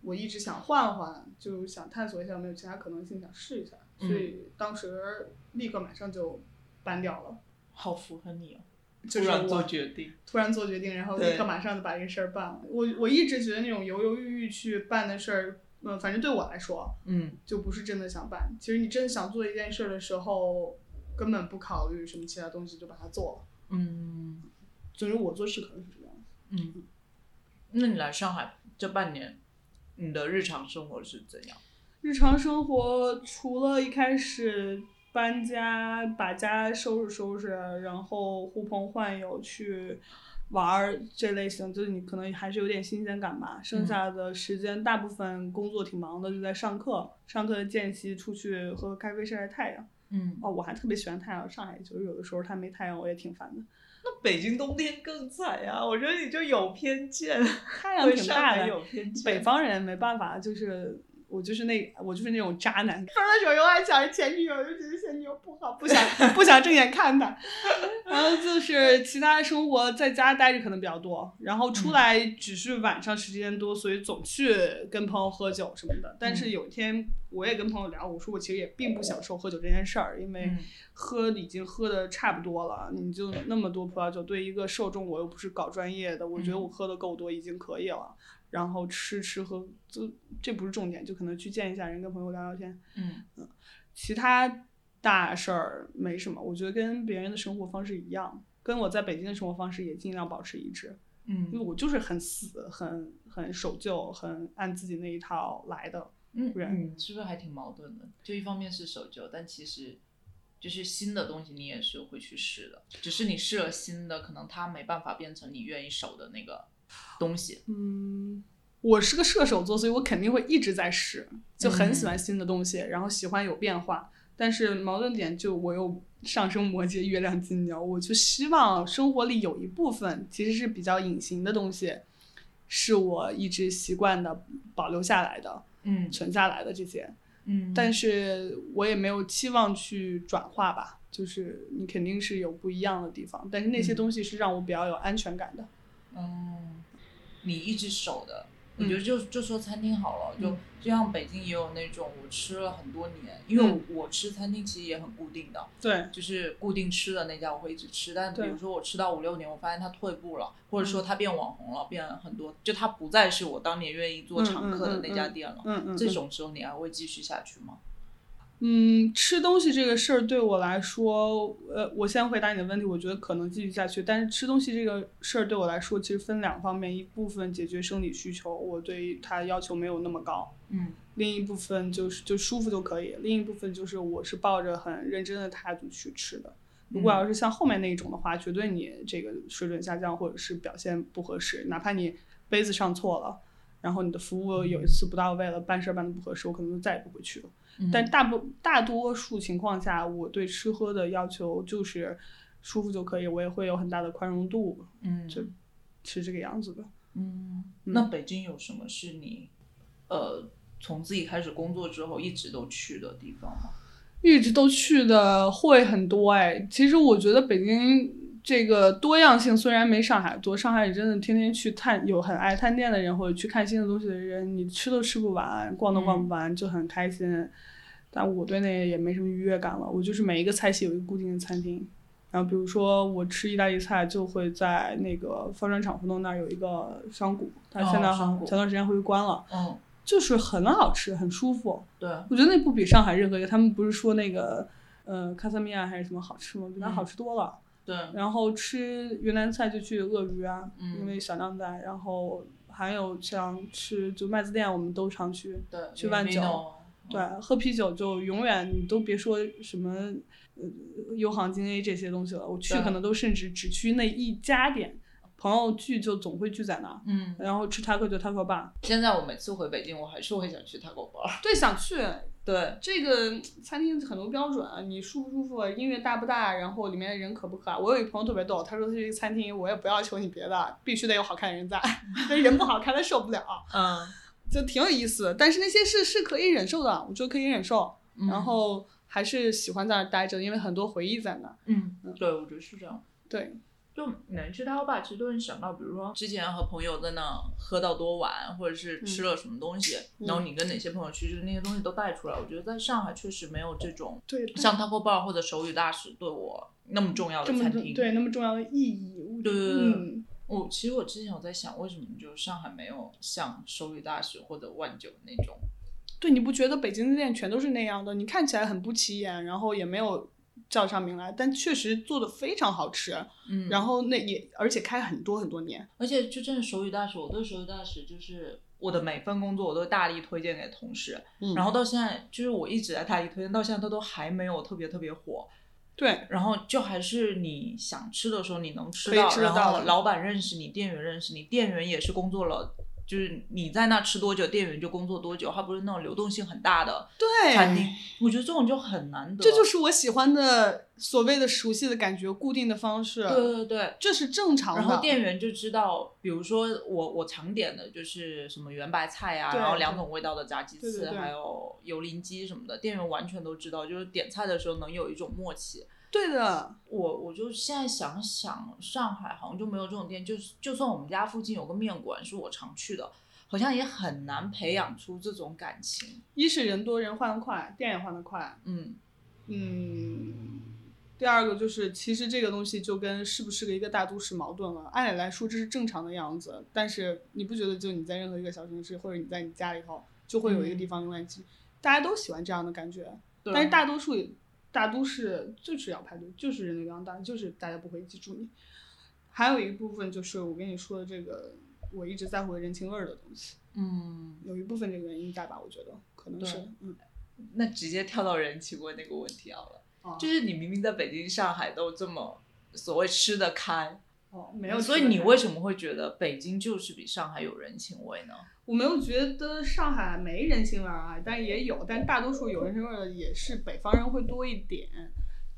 [SPEAKER 3] 我一直想换换，就想探索一下有没有其他可能性，想试一下，所
[SPEAKER 4] 嗯
[SPEAKER 3] 以当时立刻马上就搬掉了。
[SPEAKER 4] 好符合你哦，
[SPEAKER 3] 就是
[SPEAKER 4] 突然做
[SPEAKER 3] 我
[SPEAKER 4] 决定，
[SPEAKER 3] 突然做决定，然后
[SPEAKER 4] 对
[SPEAKER 3] 立刻马上就把这个事儿办了。我我一直觉得那种犹犹豫豫去办的事儿，嗯，反正对我来说
[SPEAKER 4] 嗯
[SPEAKER 3] 就不是真的想办。其实你真的想做一件事儿的时候，根本不考虑什么其他东西就把它做了。
[SPEAKER 4] 嗯
[SPEAKER 3] 总之我做事可能是这样。
[SPEAKER 4] 嗯。那你来上海这半年，你的日常生活是怎样？
[SPEAKER 3] 日常生活除了一开始搬家，把家收拾收拾，啊然后呼朋唤友去玩儿这类型，就是你可能还是有点新鲜感吧。剩下的时间大部分工作挺忙的，就在上课，上课的间隙出去喝喝咖啡晒晒太阳。
[SPEAKER 4] 嗯，
[SPEAKER 3] 哦，我还特别喜欢太阳，上海就是有的时候它没太阳我也挺烦的，
[SPEAKER 4] 那北京冬天更惨呀、我觉得你就有偏见，
[SPEAKER 3] 太阳挺大的。
[SPEAKER 4] 偏
[SPEAKER 3] 北方人没办法，就是我就是那我就是那种渣男，分了手以后还想着前女友，就觉得前女友不好，不想不想正眼看她。然后就是其他生活在家待着可能比较多，然后
[SPEAKER 4] 嗯
[SPEAKER 3] 出来只是晚上时间多，所以总去跟朋友喝酒什么的。但
[SPEAKER 4] 嗯
[SPEAKER 3] 是有一天我也跟朋友聊，我说我其实也并不享受喝酒这件事儿，因为
[SPEAKER 4] 嗯
[SPEAKER 3] 喝已经喝的差不多了，你就那么多葡萄酒，对一个受众我又不是搞专业的，我觉得
[SPEAKER 4] 嗯
[SPEAKER 3] 我喝的够多已经可以了。然后吃吃喝，就这不是重点，就可能去见一下人，跟朋友聊聊天，
[SPEAKER 4] 嗯
[SPEAKER 3] 其他大事儿没什么。我觉得跟别人的生活方式一样，跟我在北京的生活方式也尽量保持一致，因为
[SPEAKER 4] 嗯
[SPEAKER 3] 我就是很死、很很守旧、很按自己那一套来的。
[SPEAKER 4] 嗯
[SPEAKER 3] 人
[SPEAKER 4] 嗯，是不是还挺矛盾的？就一方面是守旧，但其实就是新的东西你也是会去试的，只是你试了新的，可能它没办法变成你愿意守的那个东西。
[SPEAKER 3] 嗯，我是个射手座，所以我肯定会一直在试，就很喜欢新的东西，然后喜欢有变化。但是矛盾点就我又上升摩羯，月亮金牛，我就希望生活里有一部分其实是比较隐形的东西，是我一直习惯的保留下来的、
[SPEAKER 4] 嗯
[SPEAKER 3] 存下来的这些。
[SPEAKER 4] 嗯
[SPEAKER 3] 但是我也没有期望去转化吧，就是你肯定是有不一样的地方，但是那些
[SPEAKER 4] 嗯
[SPEAKER 3] 东西是让我比较有安全感的。
[SPEAKER 4] 嗯，你一直守的，
[SPEAKER 3] 嗯
[SPEAKER 4] 我觉得就就说餐厅好了，就
[SPEAKER 3] 嗯
[SPEAKER 4] 就像北京也有那种我吃了很多年，因为我
[SPEAKER 3] 嗯
[SPEAKER 4] 我吃餐厅其实也很固定的，
[SPEAKER 3] 对，
[SPEAKER 4] 就是固定吃的那家我会一直吃，但比
[SPEAKER 3] 对嗯
[SPEAKER 4] 如说我吃到五六年，我发现它退步了，或者说它变网红了，变很多，就它不再是我当年愿意做常客的那家店了。
[SPEAKER 3] 嗯嗯嗯，
[SPEAKER 4] 这种时候你还会继续下去吗？
[SPEAKER 3] 嗯，吃东西这个事儿对我来说，呃，我先回答你的问题，我觉得可能继续下去。但是吃东西这个事儿对我来说，其实分两方面，一部分解决生理需求，我对它要求没有那么高；
[SPEAKER 4] 嗯
[SPEAKER 3] 另一部分就是就舒服就可以；另一部分就是我是抱着很认真的态度去吃的。如果
[SPEAKER 4] 嗯
[SPEAKER 3] 要是像后面那一种的话，绝对你这个水准下降或者是表现不合适，哪怕你杯子上错了，然后你的服务有一次不到位了，办事儿办的不合适，我可能就再也不会去了。
[SPEAKER 4] 嗯
[SPEAKER 3] 但大部大多数情况下，我对吃喝的要求就是舒服就可以，我也会有很大的宽容度，
[SPEAKER 4] 嗯
[SPEAKER 3] 就，是这个样子的。
[SPEAKER 4] 嗯，那北京有什么是你呃从自己开始工作之后一直都去的地方吗？
[SPEAKER 3] 一直都去的会很多哎，其实我觉得北京。这个多样性虽然没上海多，上海真的天天去探有很爱探店的人，或者去看新的东西的人，你吃都吃不完，逛都逛不完，就很开心。但我对那也没什么愉悦感了，我就是每一个菜系有一个固定的餐厅，然后比如说我吃意大利菜，就会在那个方砖厂胡同那儿有一个商贾，它
[SPEAKER 4] 哦
[SPEAKER 3] 现在好
[SPEAKER 4] 商
[SPEAKER 3] 像
[SPEAKER 4] 贾
[SPEAKER 3] 前段时间回去关了，
[SPEAKER 4] 嗯，
[SPEAKER 3] 就是很好吃，很舒服。
[SPEAKER 4] 对，
[SPEAKER 3] 我觉得那不比上海任何一个，他们不是说那个呃卡萨米亚还是什么好吃吗？比它
[SPEAKER 4] 嗯
[SPEAKER 3] 好吃多了。
[SPEAKER 4] 对，
[SPEAKER 3] 然后吃云南菜就去鳄鱼啊，
[SPEAKER 4] 嗯
[SPEAKER 3] 因为小靓仔，然后还有像吃就麦子店，我们都常去。
[SPEAKER 4] 对，
[SPEAKER 3] 去万
[SPEAKER 4] 九，
[SPEAKER 3] 九对，喝啤酒就永远你都别说什么呃优航金 A 这些东西了，我去
[SPEAKER 4] 对
[SPEAKER 3] 可能都甚至只去那一家店，朋友聚就总会聚在那儿，
[SPEAKER 4] 嗯，
[SPEAKER 3] 然后吃 taco 就 taco bar。
[SPEAKER 4] 现在我每次回北京，我还是会想去 taco bar。
[SPEAKER 3] 对，想去
[SPEAKER 4] 对，
[SPEAKER 3] 这个餐厅很多标准啊，你舒不舒服，音乐大不大，然后里面的人可不可爱。我有一朋友特别逗，他说他去一个餐厅，我也不要求你别的，必须得有好看的人在， 那人不好看他受不了，
[SPEAKER 4] 嗯，
[SPEAKER 3] 就挺有意思的。但是那些是是可以忍受的，我觉得可以忍受。
[SPEAKER 4] 嗯
[SPEAKER 3] 然后还是喜欢在那儿待着，因为很多回忆在那儿。
[SPEAKER 4] 嗯，对，我觉得是这样。
[SPEAKER 3] 对，
[SPEAKER 4] 就能吃它，我把其实都能想到，比如说之前和朋友在那喝到多晚，或者是吃了什么东西，
[SPEAKER 3] 嗯
[SPEAKER 4] 然后你跟哪些朋友去，就是那些东西都带出来。我觉得在上海确实没有这种
[SPEAKER 3] 对，
[SPEAKER 4] 像 taco bar 或者手语大使对我那么重要
[SPEAKER 3] 这
[SPEAKER 4] 的
[SPEAKER 3] 么
[SPEAKER 4] 餐
[SPEAKER 3] 重
[SPEAKER 4] 厅。
[SPEAKER 3] 对那么重要的意义，我觉
[SPEAKER 4] 对对
[SPEAKER 3] 得
[SPEAKER 4] 对
[SPEAKER 3] 嗯，
[SPEAKER 4] 我其实我之前有在想，为什么就上海没有像手语大使或者万九那种？
[SPEAKER 3] 对，你不觉得北京的店全都是那样的？你看起来很不起眼，然后也没有叫上名来，但确实做的非常好吃。
[SPEAKER 4] 嗯，
[SPEAKER 3] 然后那也而且开很多很多年，
[SPEAKER 4] 而且就真的手语大使，我对手语大使就是我的每份工作我都大力推荐给同事，
[SPEAKER 3] 嗯
[SPEAKER 4] 然后到现在就是我一直在大力推荐，到现在它都还没有特别特别火，
[SPEAKER 3] 对
[SPEAKER 4] 然后就还是你想吃的时候你能吃
[SPEAKER 3] 可以
[SPEAKER 4] 到，
[SPEAKER 3] 吃得
[SPEAKER 4] 然
[SPEAKER 3] 到
[SPEAKER 4] 后
[SPEAKER 3] 的
[SPEAKER 4] 老板认识你，店员认识你，店员也是工作了。就是你在那吃多久，店员就工作多久，它不是那种流动性很大的餐厅
[SPEAKER 3] 对，，
[SPEAKER 4] 我觉得这种就很难得。
[SPEAKER 3] 这就是我喜欢的所谓的熟悉的感觉，固定的方式，
[SPEAKER 4] 对对对，
[SPEAKER 3] 这是正常的。
[SPEAKER 4] 然后店员就知道，比如说我我常点的就是什么圆白菜呀、
[SPEAKER 3] 对
[SPEAKER 4] 然后两种味道的炸鸡
[SPEAKER 3] 对
[SPEAKER 4] 翅，
[SPEAKER 3] 对对
[SPEAKER 4] 还有油淋鸡什么的，店员完全都知道，就是点菜的时候能有一种默契。
[SPEAKER 3] 对的，
[SPEAKER 4] 我我就现在想想，上海好像就没有这种店，就是就算我们家附近有个面馆是我常去的，好像也很难培养出这种感情。
[SPEAKER 3] 一是人多人换得快，店也换得快，
[SPEAKER 4] 嗯，
[SPEAKER 3] 嗯，第二个就是，其实这个东西就跟是不是个一个大都市矛盾了。按理来说这是正常的样子，但是你不觉得就你在任何一个小城市，或者你在你家里头，就会有一个地方永远挤，大家都喜欢这样的感觉。
[SPEAKER 4] 嗯对
[SPEAKER 3] 但是大多数也大都市就是要排队，就是人流量大，就是大家不会记住你。还有一部分就是我跟你说的这个，我一直在乎的人情味儿的东西，
[SPEAKER 4] 嗯，
[SPEAKER 3] 有一部分这个原因在吧？我觉得可能是
[SPEAKER 4] 对，
[SPEAKER 3] 嗯，
[SPEAKER 4] 那直接跳到人情味那个问题好了。
[SPEAKER 3] 啊
[SPEAKER 4] 就是你明明在北京、上海都这么所谓吃得开，
[SPEAKER 3] 哦，没有这个
[SPEAKER 4] 嗯所
[SPEAKER 3] 感觉，
[SPEAKER 4] 以你为什么会觉得北京就是比上海有人情味呢？
[SPEAKER 3] 我没有觉得上海没人情味儿啊，但也有，但大多数有人情味儿的也是北方人会多一点。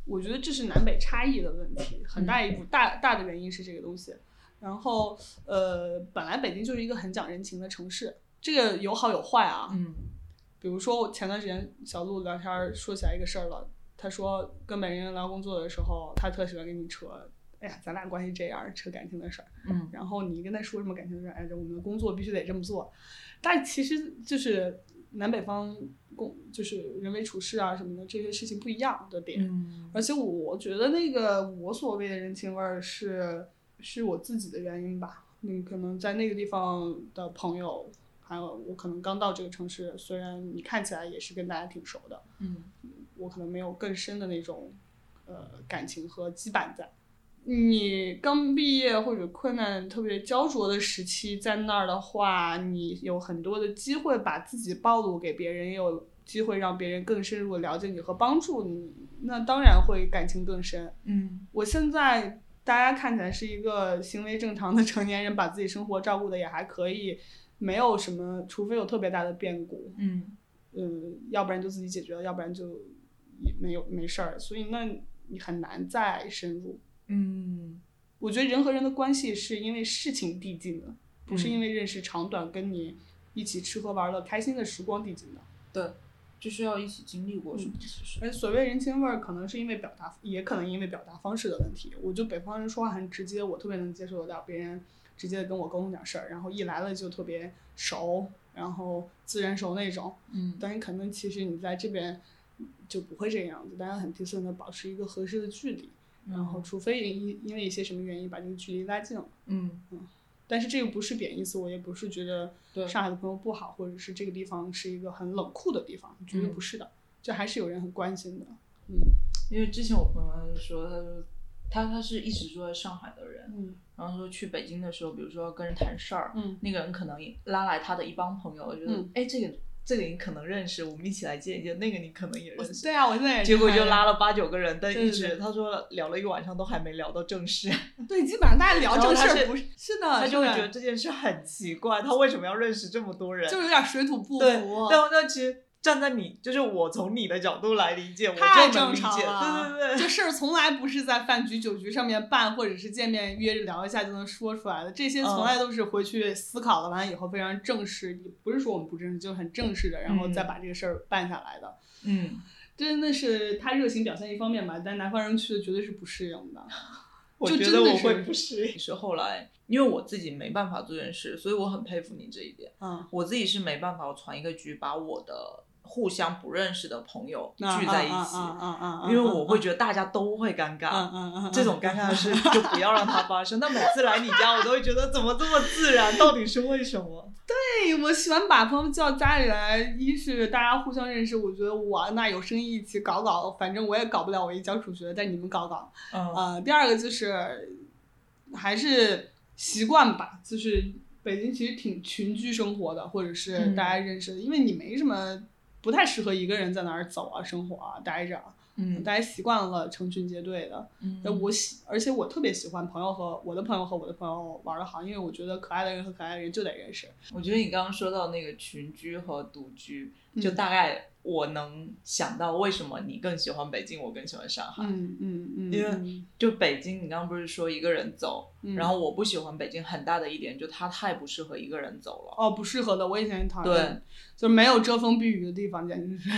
[SPEAKER 3] 我觉得这是南北差异的问题，很大一部大大的原因是这个东西。然后呃，本来北京就是一个很讲人情的城市，这个有好有坏啊。
[SPEAKER 4] 嗯
[SPEAKER 3] 比如说我前段时间小鹿聊天儿说起来一个事儿了，他说跟北京人聊工作的时候，他特喜欢跟你扯，哎呀，咱俩关系这样儿，扯感情的事儿。
[SPEAKER 4] 嗯，
[SPEAKER 3] 然后你跟他说什么感情就是哎，我们的工作必须得这么做，但其实就是南北方工就是人为处事啊什么的这些事情不一样的点，
[SPEAKER 4] 嗯
[SPEAKER 3] 而且我觉得那个我所谓的人情味儿是是我自己的原因吧，你可能在那个地方的朋友。还有，我可能刚到这个城市，虽然你看起来也是跟大家挺熟的，
[SPEAKER 4] 嗯
[SPEAKER 3] 我可能没有更深的那种呃感情和羁绊在。你刚毕业或者困难特别焦灼的时期，在那儿的话，你有很多的机会把自己暴露给别人，也有机会让别人更深入地了解你和帮助你，那当然会感情更深。
[SPEAKER 4] 嗯
[SPEAKER 3] 我现在大家看起来是一个行为正常的成年人，把自己生活照顾的也还可以，没有什么，除非有特别大的变故，
[SPEAKER 4] 嗯
[SPEAKER 3] 嗯，要不然就自己解决了，要不然就也没有没事儿，所以那你很难再深入。
[SPEAKER 4] 嗯
[SPEAKER 3] 我觉得人和人的关系是因为事情递进的，不是因为认识长短跟你一起吃喝玩乐开心的时光递进的。
[SPEAKER 4] 对，就是要一起经历过什么，其实
[SPEAKER 3] 而所谓人情味儿，可能是因为表达，也可能因为表达方式的问题。我就北方人说话很直接，我特别能接受得到别人直接的跟我沟通点事儿，然后一来了就特别熟，然后自然熟那种。
[SPEAKER 4] 嗯
[SPEAKER 3] 但是可能其实你在这边就不会这个样子，大家很 decent 的保持一个合适的距离，然后除非因因为一些什么原因把这个距离拉近了。
[SPEAKER 4] 嗯
[SPEAKER 3] 但是这个不是贬义词，我也不是觉得
[SPEAKER 4] 对
[SPEAKER 3] 上海的朋友不好，或者是这个地方是一个很冷酷的地方，绝对
[SPEAKER 4] 嗯
[SPEAKER 3] 不是的，这还是有人很关心的。嗯
[SPEAKER 4] 因为之前我朋友他就说，他说他他是一直住在上海的人，
[SPEAKER 3] 嗯
[SPEAKER 4] 然后说去北京的时候，比如说跟人谈事儿，
[SPEAKER 3] 嗯，
[SPEAKER 4] 那个人可能拉来他的一帮朋友，就是
[SPEAKER 3] 嗯
[SPEAKER 4] 哎、这个这个你可能认识，我们一起来见一见，那个你可能也认识，
[SPEAKER 3] 对啊，我现在也是
[SPEAKER 4] 结果
[SPEAKER 3] 这
[SPEAKER 4] 就
[SPEAKER 3] 样
[SPEAKER 4] 拉了八九个人，但
[SPEAKER 3] 对
[SPEAKER 4] 一
[SPEAKER 3] 对
[SPEAKER 4] 直
[SPEAKER 3] 对
[SPEAKER 4] 他说聊了一个晚上都还没聊到正事，
[SPEAKER 3] 对，基本上大家聊
[SPEAKER 4] 然
[SPEAKER 3] 这
[SPEAKER 4] 后
[SPEAKER 3] 个
[SPEAKER 4] 他
[SPEAKER 3] 事
[SPEAKER 4] 是
[SPEAKER 3] 儿不是是的，
[SPEAKER 4] 他
[SPEAKER 3] 是
[SPEAKER 4] 就会
[SPEAKER 3] 的
[SPEAKER 4] 觉得这件事很奇怪，他为什么要认识这么多人？
[SPEAKER 3] 就是啊有点水土不服，
[SPEAKER 4] 对，但但其实站在你就是我从你的角度来理解，我
[SPEAKER 3] 太
[SPEAKER 4] 就能
[SPEAKER 3] 正
[SPEAKER 4] 理解，
[SPEAKER 3] 常了。
[SPEAKER 4] 对对对，
[SPEAKER 3] 这事儿从来不是在饭局、酒局上面办，或者是见面约着聊一下就能说出来的。这些从来都是回去思考了，完以后非常正式，也不是说我们不正式，就是很正式的，然后再把这个事儿办下来的。
[SPEAKER 4] 嗯，
[SPEAKER 3] 真的是他热情表现一方面吧，但南方人去的绝对是不适应的。
[SPEAKER 4] 我
[SPEAKER 3] 就
[SPEAKER 4] 觉
[SPEAKER 3] 真
[SPEAKER 4] 得
[SPEAKER 3] 的
[SPEAKER 4] 我会
[SPEAKER 3] 是
[SPEAKER 4] 不适应。是后来，因为我自己没办法做这件事，所以我很佩服你这一点。
[SPEAKER 3] 嗯，
[SPEAKER 4] 我自己是没办法，我传一个局把我的互相不认识的朋友
[SPEAKER 3] 啊
[SPEAKER 4] 聚在一起，
[SPEAKER 3] 啊啊啊啊！
[SPEAKER 4] 因为我会觉得大家都会尴
[SPEAKER 3] 得
[SPEAKER 4] 尬。
[SPEAKER 3] 嗯嗯嗯，
[SPEAKER 4] 这种尴尬的事就不要让它发生。但每次来你家，我都会觉得怎么这么自然？到底是为什么？
[SPEAKER 3] 对，我喜欢把朋友叫家里来，一是大家互相认识，我觉得我那有生意一起搞搞，反正我也搞不了，我一交数学，但你们搞搞。
[SPEAKER 4] 嗯，
[SPEAKER 3] 呃，第二个就是还是习惯吧，就是北京其实挺群居生活的，或者是
[SPEAKER 4] 嗯
[SPEAKER 3] 大家认识的，因为你没什么不太适合一个人在哪儿走啊、生活啊、待着啊，
[SPEAKER 4] 嗯
[SPEAKER 3] 大家习惯了成群结队的。那
[SPEAKER 4] 嗯，
[SPEAKER 3] 我喜，而且我特别喜欢朋友和我的朋友和我的朋友玩的好，因为我觉得可爱的人和可爱的人就得认识。啊
[SPEAKER 4] 我觉得你刚刚说到那个群居和独居，
[SPEAKER 3] 嗯
[SPEAKER 4] 就大概我能想到为什么你更喜欢北京，我更喜欢上海。
[SPEAKER 3] 嗯嗯嗯，
[SPEAKER 4] 因为
[SPEAKER 3] 嗯
[SPEAKER 4] 就北京，你刚刚不是说一个人走，
[SPEAKER 3] 嗯
[SPEAKER 4] 然后我不喜欢北京很大的一点，就它太不适合一个人走了。
[SPEAKER 3] 哦不适合的，我以前也讨厌，
[SPEAKER 4] 对，
[SPEAKER 3] 就是没有遮风避雨的地方，简直 是。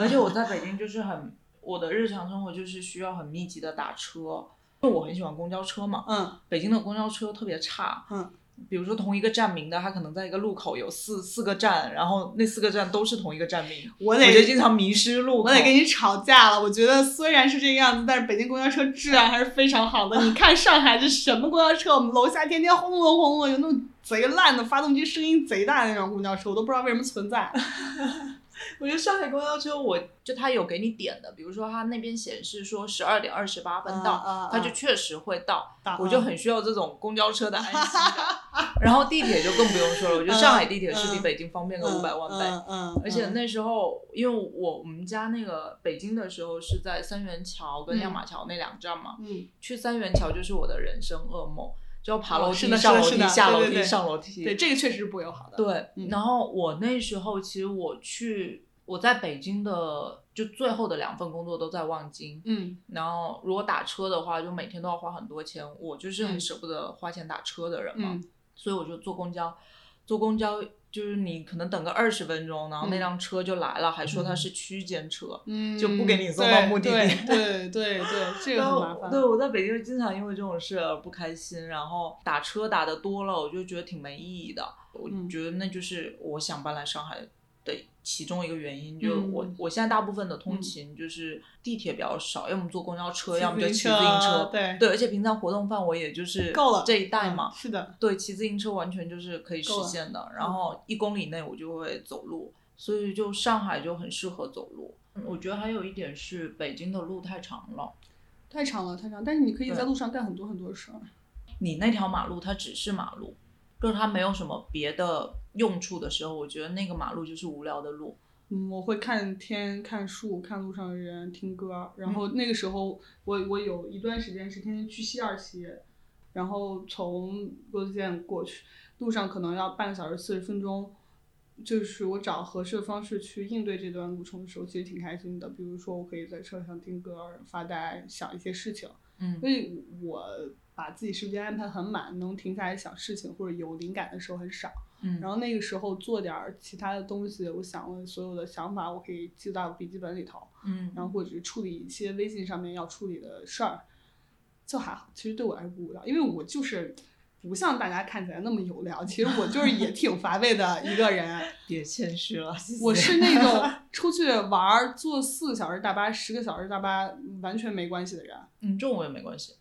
[SPEAKER 4] 而且我在北京就是很，我的日常生活就是需要很密集的打车，因为我很喜欢公交车嘛。
[SPEAKER 3] 嗯
[SPEAKER 4] 北京的公交车特别差，
[SPEAKER 3] 嗯，
[SPEAKER 4] 比如说同一个站名的，它可能在一个路口有四四个站，然后那四个站都是同一个站名，
[SPEAKER 3] 我
[SPEAKER 4] 我
[SPEAKER 3] 得
[SPEAKER 4] 就经常迷失路
[SPEAKER 3] 我
[SPEAKER 4] 口。
[SPEAKER 3] 得跟你吵架了。我觉得虽然是这个样子，但是北京公交车质量还是非常好 的。你看上海这什么公交车，我们楼下天天轰隆轰隆，有那种贼烂的发动机声音贼大的那种公交车，我都不知道为什么存在。
[SPEAKER 4] 我觉得上海公交车，我就它有给你点的，比如说它那边显示说十二点二十八分到，
[SPEAKER 3] 啊啊啊
[SPEAKER 4] 它就确实会到，
[SPEAKER 3] 啊
[SPEAKER 4] 我就很需要这种公交车的安心 感。然后地铁就更不用说了，我觉得上海地铁是比
[SPEAKER 3] 嗯
[SPEAKER 4] 北京方便个 五百万倍。
[SPEAKER 3] 嗯嗯嗯
[SPEAKER 4] 而且那时候，因为我我们家那个北京的时候是在三元桥跟亮马桥那两站嘛，
[SPEAKER 3] 嗯，
[SPEAKER 4] 去三元桥就是我的人生噩梦，就要爬楼
[SPEAKER 3] 哦是
[SPEAKER 4] 梯、
[SPEAKER 3] 的是的
[SPEAKER 4] 上楼
[SPEAKER 3] 是
[SPEAKER 4] 梯、
[SPEAKER 3] 的
[SPEAKER 4] 下楼
[SPEAKER 3] 对对
[SPEAKER 4] 梯、
[SPEAKER 3] 对
[SPEAKER 4] 上楼梯。
[SPEAKER 3] 对，这个确实是不友好的。
[SPEAKER 4] 对，
[SPEAKER 3] 嗯
[SPEAKER 4] 然后我那时候其实我去我在北京的就最后的两份工作都在望京，
[SPEAKER 3] 嗯
[SPEAKER 4] 然后如果打车的话，就每天都要花很多钱，我就是很
[SPEAKER 3] 嗯
[SPEAKER 4] 舍不得花钱打车的人嘛，
[SPEAKER 3] 嗯
[SPEAKER 4] 所以我就坐公交，坐公交。就是你可能等个二十分钟，然后那
[SPEAKER 3] 嗯
[SPEAKER 4] 辆车就来了，还说它是区间车，
[SPEAKER 3] 嗯，
[SPEAKER 4] 就不给你送到目的
[SPEAKER 3] 对
[SPEAKER 4] 地
[SPEAKER 3] 对对对，这个
[SPEAKER 4] 然
[SPEAKER 3] 很
[SPEAKER 4] 后
[SPEAKER 3] 麻烦。
[SPEAKER 4] 对，我在北京经常因为这种事而不开心，然后打车打的多了，我就觉得挺没意义的。我
[SPEAKER 3] 嗯
[SPEAKER 4] 觉得那就是我想搬来上海的其中一个原因，就
[SPEAKER 3] 嗯
[SPEAKER 4] 我我现在大部分的通勤就是地铁比较少，要么坐公交车，
[SPEAKER 3] 骑
[SPEAKER 4] 要么就
[SPEAKER 3] 自
[SPEAKER 4] 骑
[SPEAKER 3] 行
[SPEAKER 4] 自行
[SPEAKER 3] 车
[SPEAKER 4] 车。
[SPEAKER 3] 对
[SPEAKER 4] 对，而且平常活动范围也就是
[SPEAKER 3] 够了
[SPEAKER 4] 这一带嘛
[SPEAKER 3] 嗯。是的，
[SPEAKER 4] 对，骑自行车完全就是可以实
[SPEAKER 3] 够了嗯
[SPEAKER 4] 现的。然后一公里内我就会走路，所以就上海就很适合走路。嗯我觉得还有一点是北京的路太长了。
[SPEAKER 3] 太长了太长，但是你可以
[SPEAKER 4] 对
[SPEAKER 3] 在路上干很多很多事儿。
[SPEAKER 4] 你那条马路它只是马路，就是它没有什么别的用处的时候，我觉得那个马路就是无聊的路。
[SPEAKER 3] 嗯，我会看天、看树、看路上的人、听歌。然后那个时候，我我有一段时间是天天去西二旗，然后从国子监过去，路上可能要半个小时、四十分钟。就是我找合适的方式去应对这段路程的时候，其实挺开心的。比如说，我可以在车上听歌、发呆、想一些事情。
[SPEAKER 4] 嗯
[SPEAKER 3] 所以我把自己时间安排很满，能停下来想事情或者有灵感的时候很少。
[SPEAKER 4] 嗯
[SPEAKER 3] 然后那个时候做点儿其他的东西，我想我所有的想法我可以记到笔记本里头，
[SPEAKER 4] 嗯
[SPEAKER 3] 然后或者是处理一些微信上面要处理的事儿，就还好。其实对我来说不无聊，因为我就是不像大家看起来那么有聊，其实我就是也挺乏味的一个 人。
[SPEAKER 4] 别谦虚了，谢谢
[SPEAKER 3] 我是那种出去玩儿坐四个小时大巴、十个小时大巴完全没关系的人，
[SPEAKER 4] 嗯，这种我也没关系。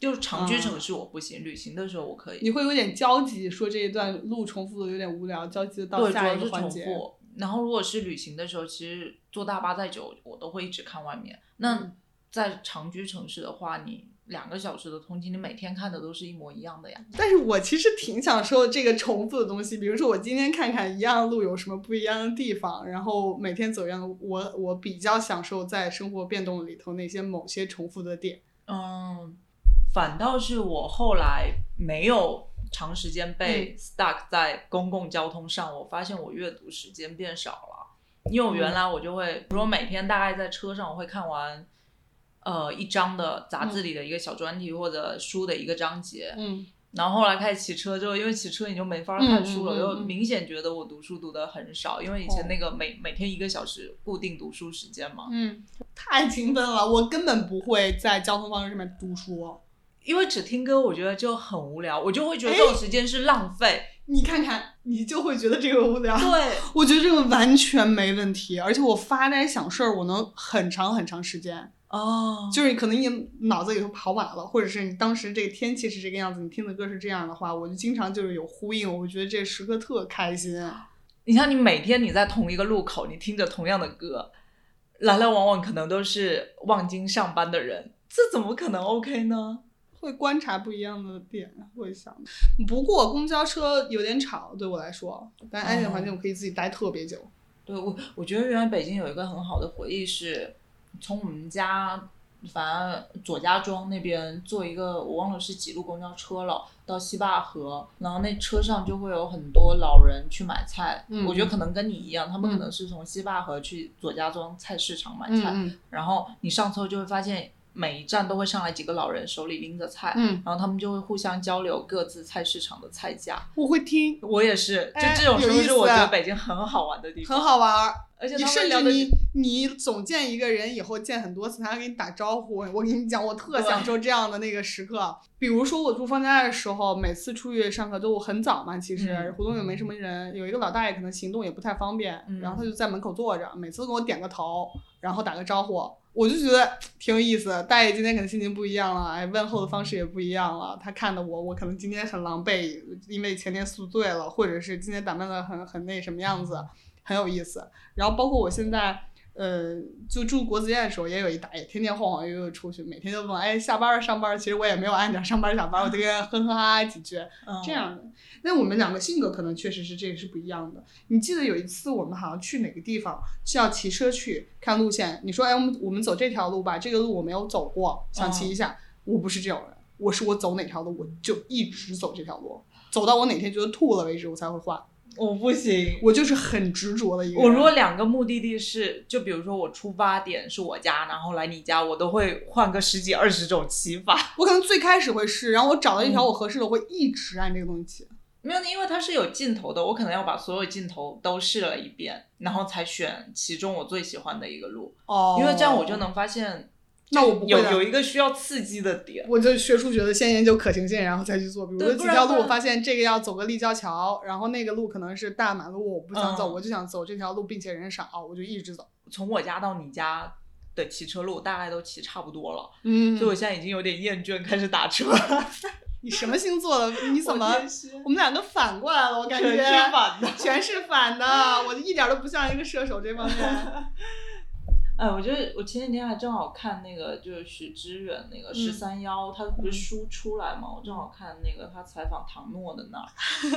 [SPEAKER 4] 就是长居
[SPEAKER 3] 嗯
[SPEAKER 4] 城市我不行，旅行的时候我可以。
[SPEAKER 3] 你会有点焦急，说这一段路重复的有点无聊，焦急的到
[SPEAKER 4] 对，主
[SPEAKER 3] 下
[SPEAKER 4] 要
[SPEAKER 3] 一个
[SPEAKER 4] 是
[SPEAKER 3] 环
[SPEAKER 4] 重
[SPEAKER 3] 节。
[SPEAKER 4] 复。然后如果是旅行的时候，其实坐大巴再久，我都会一直看外面。那
[SPEAKER 3] 嗯
[SPEAKER 4] 在长居城市的话，你两个小时的通勤，你每天看的都是一模一样的呀。
[SPEAKER 3] 但是我其实挺享受这个重复的东西，比如说我今天看看一样的路有什么不一样的地方，然后每天走一样的路，我我比较享受在生活变动里头那些某些重复的点。
[SPEAKER 4] 嗯，反倒是我后来没有长时间
[SPEAKER 3] 嗯
[SPEAKER 4] 被 stuck 在公共交通上，我发现我阅读时间变少了，因为我
[SPEAKER 3] 嗯
[SPEAKER 4] 原来我就会，比如说每天大概在车上我会看完。呃，一章的杂志里的一个小专题或者书的一个章节，
[SPEAKER 3] 嗯
[SPEAKER 4] 然后后来开始骑车之后，因为骑车你就没法看书了，
[SPEAKER 3] 嗯嗯嗯
[SPEAKER 4] 就
[SPEAKER 3] 嗯
[SPEAKER 4] 明显觉得我读书读的很少，因为以前
[SPEAKER 3] 哦
[SPEAKER 4] 那个每每天一个小时固定读书时间嘛，
[SPEAKER 3] 嗯，太勤奋了，我根本不会在交通方式上面读书。
[SPEAKER 4] 因为只听歌，我觉得就很无聊，我就会觉得这种时间是浪费。
[SPEAKER 3] 你看看，你就会觉得这个无聊。
[SPEAKER 4] 对，
[SPEAKER 3] 我觉得这个完全没问题，而且我发呆想事儿，我能很长很长时间。
[SPEAKER 4] 哦，
[SPEAKER 3] 就是可能你脑子里头跑马了，或者是你当时这个天气是这个样子，你听的歌是这样的话，我就经常就是有呼应，我会觉得这时刻特开心。啊
[SPEAKER 4] 你像你每天你在同一个路口，你听着同样的歌，来来往往可能都是望京上班的人，这怎么可能 OK 呢？
[SPEAKER 3] 会观察不一样的点，会想。不过公交车有点吵，对我来说，但安静环
[SPEAKER 4] 哦
[SPEAKER 3] 境我可以自己待特别久。
[SPEAKER 4] 对我，我觉得原来北京有一个很好的回忆是，从我们家，反正左家庄那边坐一个我忘了是几路公交车了，到西坝河，然后那车上就会有很多老人去买菜。
[SPEAKER 3] 嗯
[SPEAKER 4] 我觉得可能跟你一样，他
[SPEAKER 3] 嗯
[SPEAKER 4] 们可能是从西坝河去左家庄菜市场买菜，
[SPEAKER 3] 嗯
[SPEAKER 4] 然后你上车就会发现每一站都会上来几个老人手里拎着菜。
[SPEAKER 3] 嗯，
[SPEAKER 4] 然后他们就会互相交流各自菜市场的菜价。
[SPEAKER 3] 我会听，
[SPEAKER 4] 我也是，就
[SPEAKER 3] 哎
[SPEAKER 4] 这种
[SPEAKER 3] 有
[SPEAKER 4] 时候
[SPEAKER 3] 意
[SPEAKER 4] 是我
[SPEAKER 3] 思
[SPEAKER 4] 觉
[SPEAKER 3] 啊
[SPEAKER 4] 得北京很好玩的地方，
[SPEAKER 3] 很，好玩儿。
[SPEAKER 4] 而且
[SPEAKER 3] 你
[SPEAKER 4] 他们
[SPEAKER 3] 甚
[SPEAKER 4] 聊
[SPEAKER 3] 至
[SPEAKER 4] 的
[SPEAKER 3] 你你总见一个人以后见很多次，他还给你打招呼。我跟你讲，我特
[SPEAKER 4] 对
[SPEAKER 3] 享受这样的那个时刻。比如说我住方家的时候，每次出去上课都很早嘛，其实
[SPEAKER 4] 嗯
[SPEAKER 3] 胡同也没什么人，有一个老大爷可能行动也不太方便，
[SPEAKER 4] 嗯
[SPEAKER 3] 然后他就在门口坐着，每次都给我点个头，然后打个招呼。我就觉得挺有意思，大爷今天可能心情不一样了，哎，问候的方式也不一样了。他看的我，我可能今天很狼狈，因为前天宿醉了，或者是今天打扮的很很那什么样
[SPEAKER 4] 嗯
[SPEAKER 3] 子，很有意思。然后包括我现在，呃，就住国子监的时候，也有一打野，天天晃晃悠悠出去，每天就问，哎，下班了上班了。其实我也没有按点上班下班，我就跟他哼哼哈哈几句，
[SPEAKER 4] 嗯
[SPEAKER 3] 这样的。那我们两个性格可能确实是这个是不一样的。你记得有一次我们好像去哪个地方是要骑车去看路线，你说，哎，我们我们走这条路吧，这个路我没有走过，想骑一下。
[SPEAKER 4] 嗯
[SPEAKER 3] 我不是这种人，我是我走哪条路我就一直走这条路，走到我哪天觉得吐了为止，我才会换。
[SPEAKER 4] 我不行。
[SPEAKER 3] 我就是很执着的一个人。
[SPEAKER 4] 我如果两个目的地是，就比如说我出发点是我家，然后来你家，我都会换个十几二十种骑法。
[SPEAKER 3] 我可能最开始会试，然后我找到一条我合适的，我会一直按这个东西骑。
[SPEAKER 4] 没有，因为它是有尽头的，我可能要把所有尽头都试了一遍，然后才选其中我最喜欢的一个路，
[SPEAKER 3] 哦
[SPEAKER 4] 因为这样我就，能发现
[SPEAKER 3] 那我不
[SPEAKER 4] 有
[SPEAKER 3] 会啊的
[SPEAKER 4] 有一个需要刺激的点。
[SPEAKER 3] 我就学数学的，先研究可行性，然后再去做。比如
[SPEAKER 4] 对
[SPEAKER 3] 说
[SPEAKER 4] 不
[SPEAKER 3] 几
[SPEAKER 4] 然
[SPEAKER 3] 条
[SPEAKER 4] 不
[SPEAKER 3] 路，
[SPEAKER 4] 然
[SPEAKER 3] 我发现这个要走个立交桥，然后那个路可能是大马路，我不想走，
[SPEAKER 4] 嗯
[SPEAKER 3] 我就想走这条路，并且人少，我就一直走。
[SPEAKER 4] 从我家到你家的骑车路大概都骑差不多了，
[SPEAKER 3] 嗯
[SPEAKER 4] 所以我现在已经有点厌倦，开始打车。
[SPEAKER 3] 你什么星座的？你怎
[SPEAKER 4] 我
[SPEAKER 3] 么
[SPEAKER 4] 天？蝎
[SPEAKER 3] 我们两个反过来了，我感觉
[SPEAKER 4] 全是反的。
[SPEAKER 3] 全是反的，我一点都不像一个射手这方 面。
[SPEAKER 4] 哎，我觉得我前几天还正好看那个，就是许知远那个
[SPEAKER 3] 嗯
[SPEAKER 4] 十三幺，他不是书出来嘛，我正好看那个他采访唐诺的 那儿，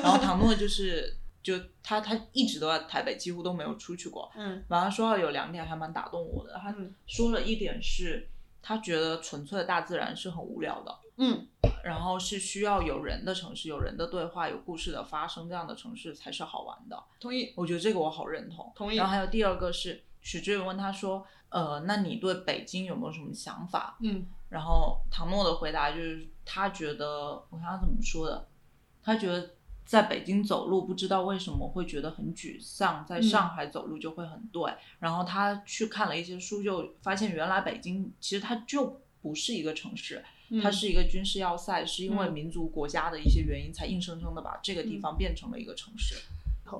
[SPEAKER 4] 然后唐诺就是就他他一直都在台北，几乎都没有出去过。
[SPEAKER 3] 嗯
[SPEAKER 4] 然后他说到有两点还蛮打动我的，他
[SPEAKER 3] 嗯
[SPEAKER 4] 说了一点是，他觉得纯粹的大自然是很无聊的，
[SPEAKER 3] 嗯
[SPEAKER 4] 然后是需要有人的城市，有人的对话，有故事的发生，这样的城市才是好玩的。
[SPEAKER 3] 同意。
[SPEAKER 4] 我觉得这个我好认同，
[SPEAKER 3] 同意
[SPEAKER 4] 然后还有第二个是许志远问他说，呃，那你对北京有没有什么想法？
[SPEAKER 3] 嗯
[SPEAKER 4] 然后唐诺的回答就是，他觉得我想想怎么说的，他觉得在北京走路不知道为什么会觉得很沮丧，在
[SPEAKER 3] 嗯
[SPEAKER 4] 上海走路就会很对。然后他去看了一些书，就发现原来北京其实它就不是一个城市，
[SPEAKER 3] 嗯，
[SPEAKER 4] 它是一个军事要塞，是因为
[SPEAKER 3] 嗯
[SPEAKER 4] 民族国家的一些原因，才硬生生的把这个地方变成了一个城市。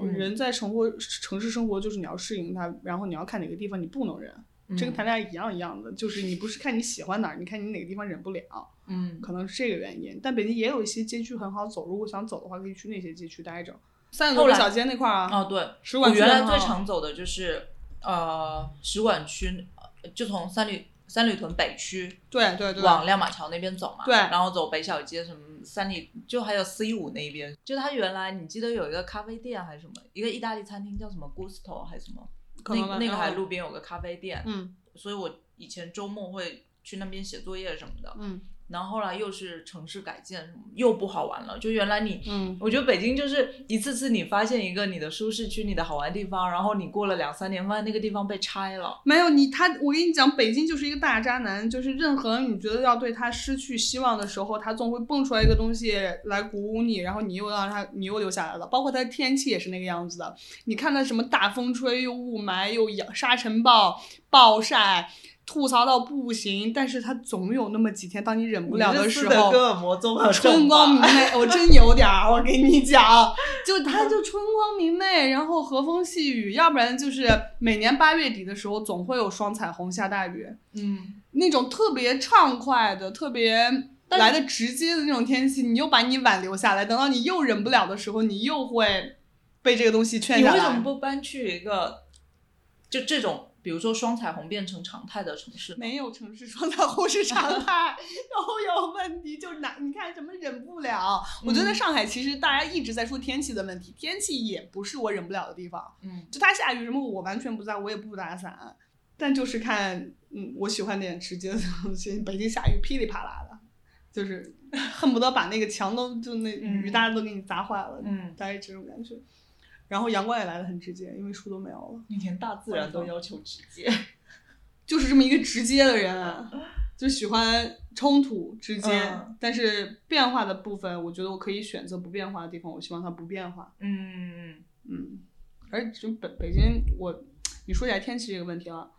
[SPEAKER 4] 嗯
[SPEAKER 3] 人在生活城市生活，就是你要适应它，然后你要看哪个地方你不能忍。
[SPEAKER 4] 嗯
[SPEAKER 3] 这跟谈恋爱一样一样的，就是你不是看你喜欢哪儿，你看你哪个地方忍不了，
[SPEAKER 4] 嗯，
[SPEAKER 3] 可能是这个原因。但北京也有一些街区很好走，如果想走的话，可以去那些街区待着。三里
[SPEAKER 4] 后
[SPEAKER 3] 屯
[SPEAKER 4] 来
[SPEAKER 3] 小街那块儿啊，
[SPEAKER 4] 哦，对，
[SPEAKER 3] 使
[SPEAKER 4] 我
[SPEAKER 3] 馆区
[SPEAKER 4] 原来
[SPEAKER 3] 很
[SPEAKER 4] 最
[SPEAKER 3] 好
[SPEAKER 4] 常走的就是呃使馆区，呃就从三里三里屯北区
[SPEAKER 3] 对对对，
[SPEAKER 4] 往亮马桥那边走嘛，
[SPEAKER 3] 对
[SPEAKER 4] 然后走北小街什么三里，就还有 C 五那边，就它原来你记得有一个咖啡店还是什么，一个意大利餐厅叫什么 Gusto 还是什么，
[SPEAKER 3] 可能吧
[SPEAKER 4] 那那个还
[SPEAKER 3] 嗯
[SPEAKER 4] 路边有个咖啡店，
[SPEAKER 3] 嗯
[SPEAKER 4] 所以我以前周末会去那边写作业什么的，
[SPEAKER 3] 嗯
[SPEAKER 4] 然后后来又是城市改建什么，又不好玩了，就原来你
[SPEAKER 3] 嗯，
[SPEAKER 4] 我觉得北京就是一次次你发现一个你的舒适区、你的好玩地方，然后你过了两三年，发现那个地方被拆了。
[SPEAKER 3] 没有你他，我跟你讲，北京就是一个大渣男，就是任何你觉得要对他失去希望的时候，他总会蹦出来一个东西来鼓舞你，然后你又让他，你又留下来了。包括他的天气也是那个样子的，你看他什么大风吹，又雾霾，又阳沙尘暴、暴晒，吐槽到不行，但是他总有那么几天，当你忍不了
[SPEAKER 4] 你
[SPEAKER 3] 的
[SPEAKER 4] 这
[SPEAKER 3] 时
[SPEAKER 4] 斯德
[SPEAKER 3] 候，
[SPEAKER 4] 哥尔摩综合
[SPEAKER 3] 春
[SPEAKER 4] 症吧
[SPEAKER 3] 光明媚， 我真有点儿，我跟你讲，就他就春光明媚，然后和风细雨，要不然就是每年八月底的时候总会有双彩虹下大雨，
[SPEAKER 4] 嗯，
[SPEAKER 3] 那种特别畅快的、特别
[SPEAKER 4] 但
[SPEAKER 3] 来的直接的那种天气，你又把你挽留下来，等到你又忍不了的时候，你又会被这个东西劝
[SPEAKER 4] 你
[SPEAKER 3] 下来。
[SPEAKER 4] 为什么不搬去一个就这种，比如说双彩虹变成常态的城市？
[SPEAKER 3] 没有城市双彩虹是常态，都有问题，就是哪你看什么忍不了。我觉得
[SPEAKER 4] 嗯
[SPEAKER 3] 上海其实大家一直在说天气的问题，天气也不是我忍不了的地方，
[SPEAKER 4] 嗯，
[SPEAKER 3] 就它下雨什么我完全不在，我也不打伞，但就是看嗯，我喜欢点直接的东西。北京下雨噼里啪啦的，就是恨不得把那个墙都就那
[SPEAKER 4] 嗯
[SPEAKER 3] 雨大家都给你砸坏了，
[SPEAKER 4] 嗯
[SPEAKER 3] 大概这种感觉。然后阳光也来的很直接，因为树都没有了。
[SPEAKER 4] 你连大自然都要求直接，
[SPEAKER 3] 就是这么一个直接的人，就喜欢冲突直接，
[SPEAKER 4] 嗯
[SPEAKER 3] 但是变化的部分，我觉得我可以选择不变化的地方，我希望它不变化。
[SPEAKER 4] 嗯，
[SPEAKER 3] 嗯，而就北北京，我你说起来天气这个问题啊，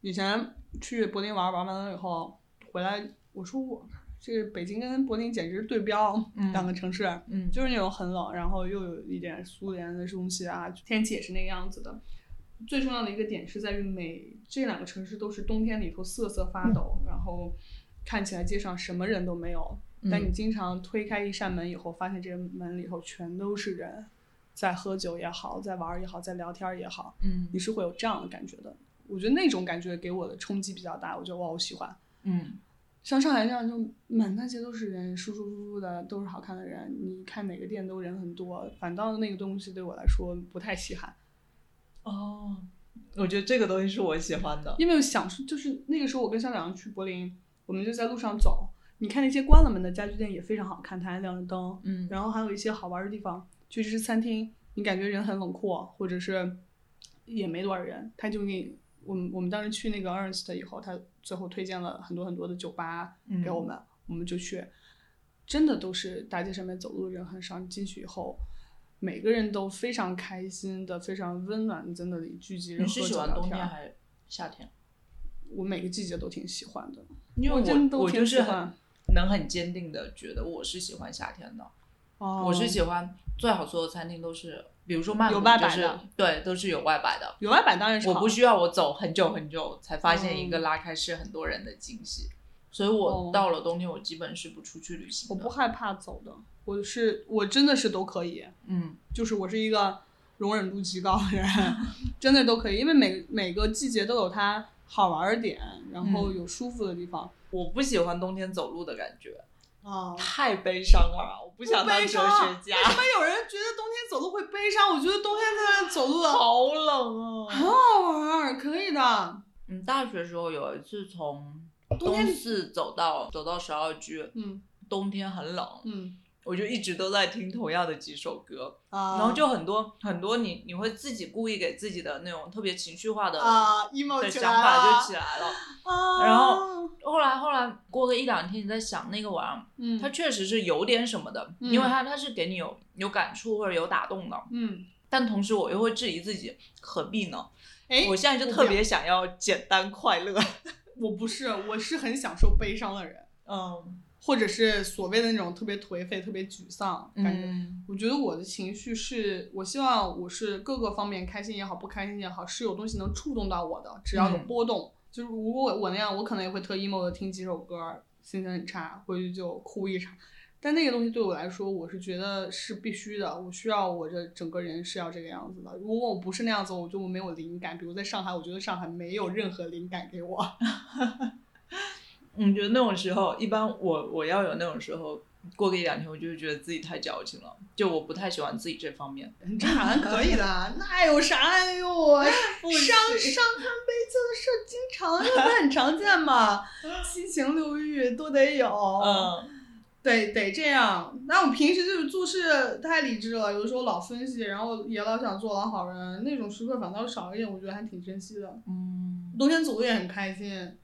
[SPEAKER 3] 以前去柏林玩玩完了以后回来，我说我这北京跟柏林简直是对标
[SPEAKER 4] 嗯
[SPEAKER 3] 两个城市，
[SPEAKER 4] 嗯，
[SPEAKER 3] 就是那种很冷，然后又有一点苏联的东西啊，天气也是那个样子的。最重要的一个点是在于每这两个城市都是冬天里头瑟瑟发抖，然后看起来街上什么人都没有，但你经常推开一扇门以后，发现这个门里头全都是人，在喝酒也好，在玩儿也好，在聊天儿也好，
[SPEAKER 4] 嗯
[SPEAKER 3] 你是会有这样的感觉的。我觉得那种感觉给我的冲击比较大，我觉得哇，我喜欢。
[SPEAKER 4] 嗯
[SPEAKER 3] 像上海这样，就满大街都是人，舒舒服服的，都是好看的人。你看哪个店都人很多，反倒那个东西对我来说不太稀罕，
[SPEAKER 4] 哦，我觉得这个东西是我喜欢的，
[SPEAKER 3] 因为我想就是那个时候我跟校长去柏林，我们就在路上走，你看那些关了门的家具店也非常好看，它还亮着灯，
[SPEAKER 4] 嗯
[SPEAKER 3] 然后还有一些好玩的地方，去吃餐厅，你感觉人很冷酷，啊或者是也没多少人，他就给你。我们我们当时去那个 Ernst 以后，他最后推荐了很多很多的酒吧
[SPEAKER 4] 嗯
[SPEAKER 3] 给我们，我们就去，真的都是大街上面走路的人很少，你进去以后，每个人都非常开心的，非常温暖的在那里聚集着
[SPEAKER 4] 你
[SPEAKER 3] 喝
[SPEAKER 4] 是喜
[SPEAKER 3] 酒
[SPEAKER 4] 欢
[SPEAKER 3] 聊
[SPEAKER 4] 冬
[SPEAKER 3] 天
[SPEAKER 4] 天
[SPEAKER 3] 儿。
[SPEAKER 4] 还是夏天？
[SPEAKER 3] 我每个季节都挺喜欢的，
[SPEAKER 4] 因为
[SPEAKER 3] 我真的
[SPEAKER 4] 我
[SPEAKER 3] 都挺
[SPEAKER 4] 就
[SPEAKER 3] 喜
[SPEAKER 4] 是
[SPEAKER 3] 欢
[SPEAKER 4] 很能很坚定的觉得我是喜欢夏天的，
[SPEAKER 3] 哦
[SPEAKER 4] 我是喜欢最好所有餐厅都是，比如说曼谷
[SPEAKER 3] 有外
[SPEAKER 4] 就
[SPEAKER 3] 摆
[SPEAKER 4] 是
[SPEAKER 3] 的
[SPEAKER 4] 对，都是有外摆的。
[SPEAKER 3] 有外版当然是
[SPEAKER 4] 我
[SPEAKER 3] 好
[SPEAKER 4] 不需要我走很久很久才发现一个
[SPEAKER 3] 嗯
[SPEAKER 4] 拉开是很多人的惊喜，所以我
[SPEAKER 3] 哦
[SPEAKER 4] 到了冬天我基本是不出去旅行
[SPEAKER 3] 我
[SPEAKER 4] 的。
[SPEAKER 3] 不害怕走的，我是我真的是都可以，
[SPEAKER 4] 嗯
[SPEAKER 3] 就是我是一个容忍度极高的 人，真的都可以，因为每每个季节都有它好玩的点，然后
[SPEAKER 4] 嗯
[SPEAKER 3] 有舒服的地方。
[SPEAKER 4] 我不喜欢冬天走路的感觉，
[SPEAKER 3] 啊，
[SPEAKER 4] 太悲伤了，啊我不想当哲
[SPEAKER 3] 悲伤
[SPEAKER 4] 学家，
[SPEAKER 3] 为什么有人觉得冬天走路会悲伤？我觉得冬天在那走路好
[SPEAKER 4] 好冷啊！
[SPEAKER 3] 好玩儿，可以的。啊
[SPEAKER 4] 嗯，大学时候有一次从
[SPEAKER 3] 冬
[SPEAKER 4] 东
[SPEAKER 3] 天
[SPEAKER 4] 四走到走到十二居，
[SPEAKER 3] 嗯
[SPEAKER 4] 冬天很冷，
[SPEAKER 3] 嗯
[SPEAKER 4] 我就一直都在听同样的几首歌，
[SPEAKER 3] 啊，
[SPEAKER 4] 然后就很多很多你你会自己故意给自己的那种特别情绪化的、
[SPEAKER 3] 啊 emo
[SPEAKER 4] 的
[SPEAKER 3] 起
[SPEAKER 4] 想
[SPEAKER 3] 来
[SPEAKER 4] 法
[SPEAKER 3] 了
[SPEAKER 4] 就起来了。
[SPEAKER 3] 啊，
[SPEAKER 4] 然后后来后来过个一两天，你在想那个玩意
[SPEAKER 3] 嗯
[SPEAKER 4] 儿，它确实是有点什么的，
[SPEAKER 3] 嗯
[SPEAKER 4] 因为它它是给你有有感触或者有打动的，
[SPEAKER 3] 嗯，
[SPEAKER 4] 但同时我又会质疑自己何必呢？
[SPEAKER 3] 哎，
[SPEAKER 4] 我现在就
[SPEAKER 3] 我
[SPEAKER 4] 特
[SPEAKER 3] 不
[SPEAKER 4] 别想要简单快乐。
[SPEAKER 3] 我不是，我是很享受悲伤的人，
[SPEAKER 4] 嗯
[SPEAKER 3] 或者是所谓的那种特别颓废、特别沮丧感觉。
[SPEAKER 4] 嗯
[SPEAKER 3] 我觉得我的情绪是，我希望我是各个方面开心也好，不开心也好，是有东西能触动到我的，只要有
[SPEAKER 4] 嗯
[SPEAKER 3] 波动。就是如果我那样，我可能也会特 emo 的听几首歌，心情很差，回去就哭一场。但那个东西对我来说，我是觉得是必须的，我需要我这整个人是要这个样子的。如果我不是那样子，我就没有灵感。比如在上海，我觉得上海没有任何灵感给我。
[SPEAKER 4] 嗯我觉得那种时候，一般我我要有那种时候，过个一两天，我就会觉得自己太矫情了，就我不太喜欢自己这方面。
[SPEAKER 3] 很正常，可以的， 那有啥哟？我伤伤春悲秋的事儿经常，这不是很常见吗？七情六欲都得有，，
[SPEAKER 4] 嗯
[SPEAKER 3] 得得这样。那我平时就是做事太理智了，有的时候老分析，然后也老想做老好人，那种时刻反倒少一点，我觉得还挺珍惜的。
[SPEAKER 4] 嗯，
[SPEAKER 3] 冬天走路也很开心，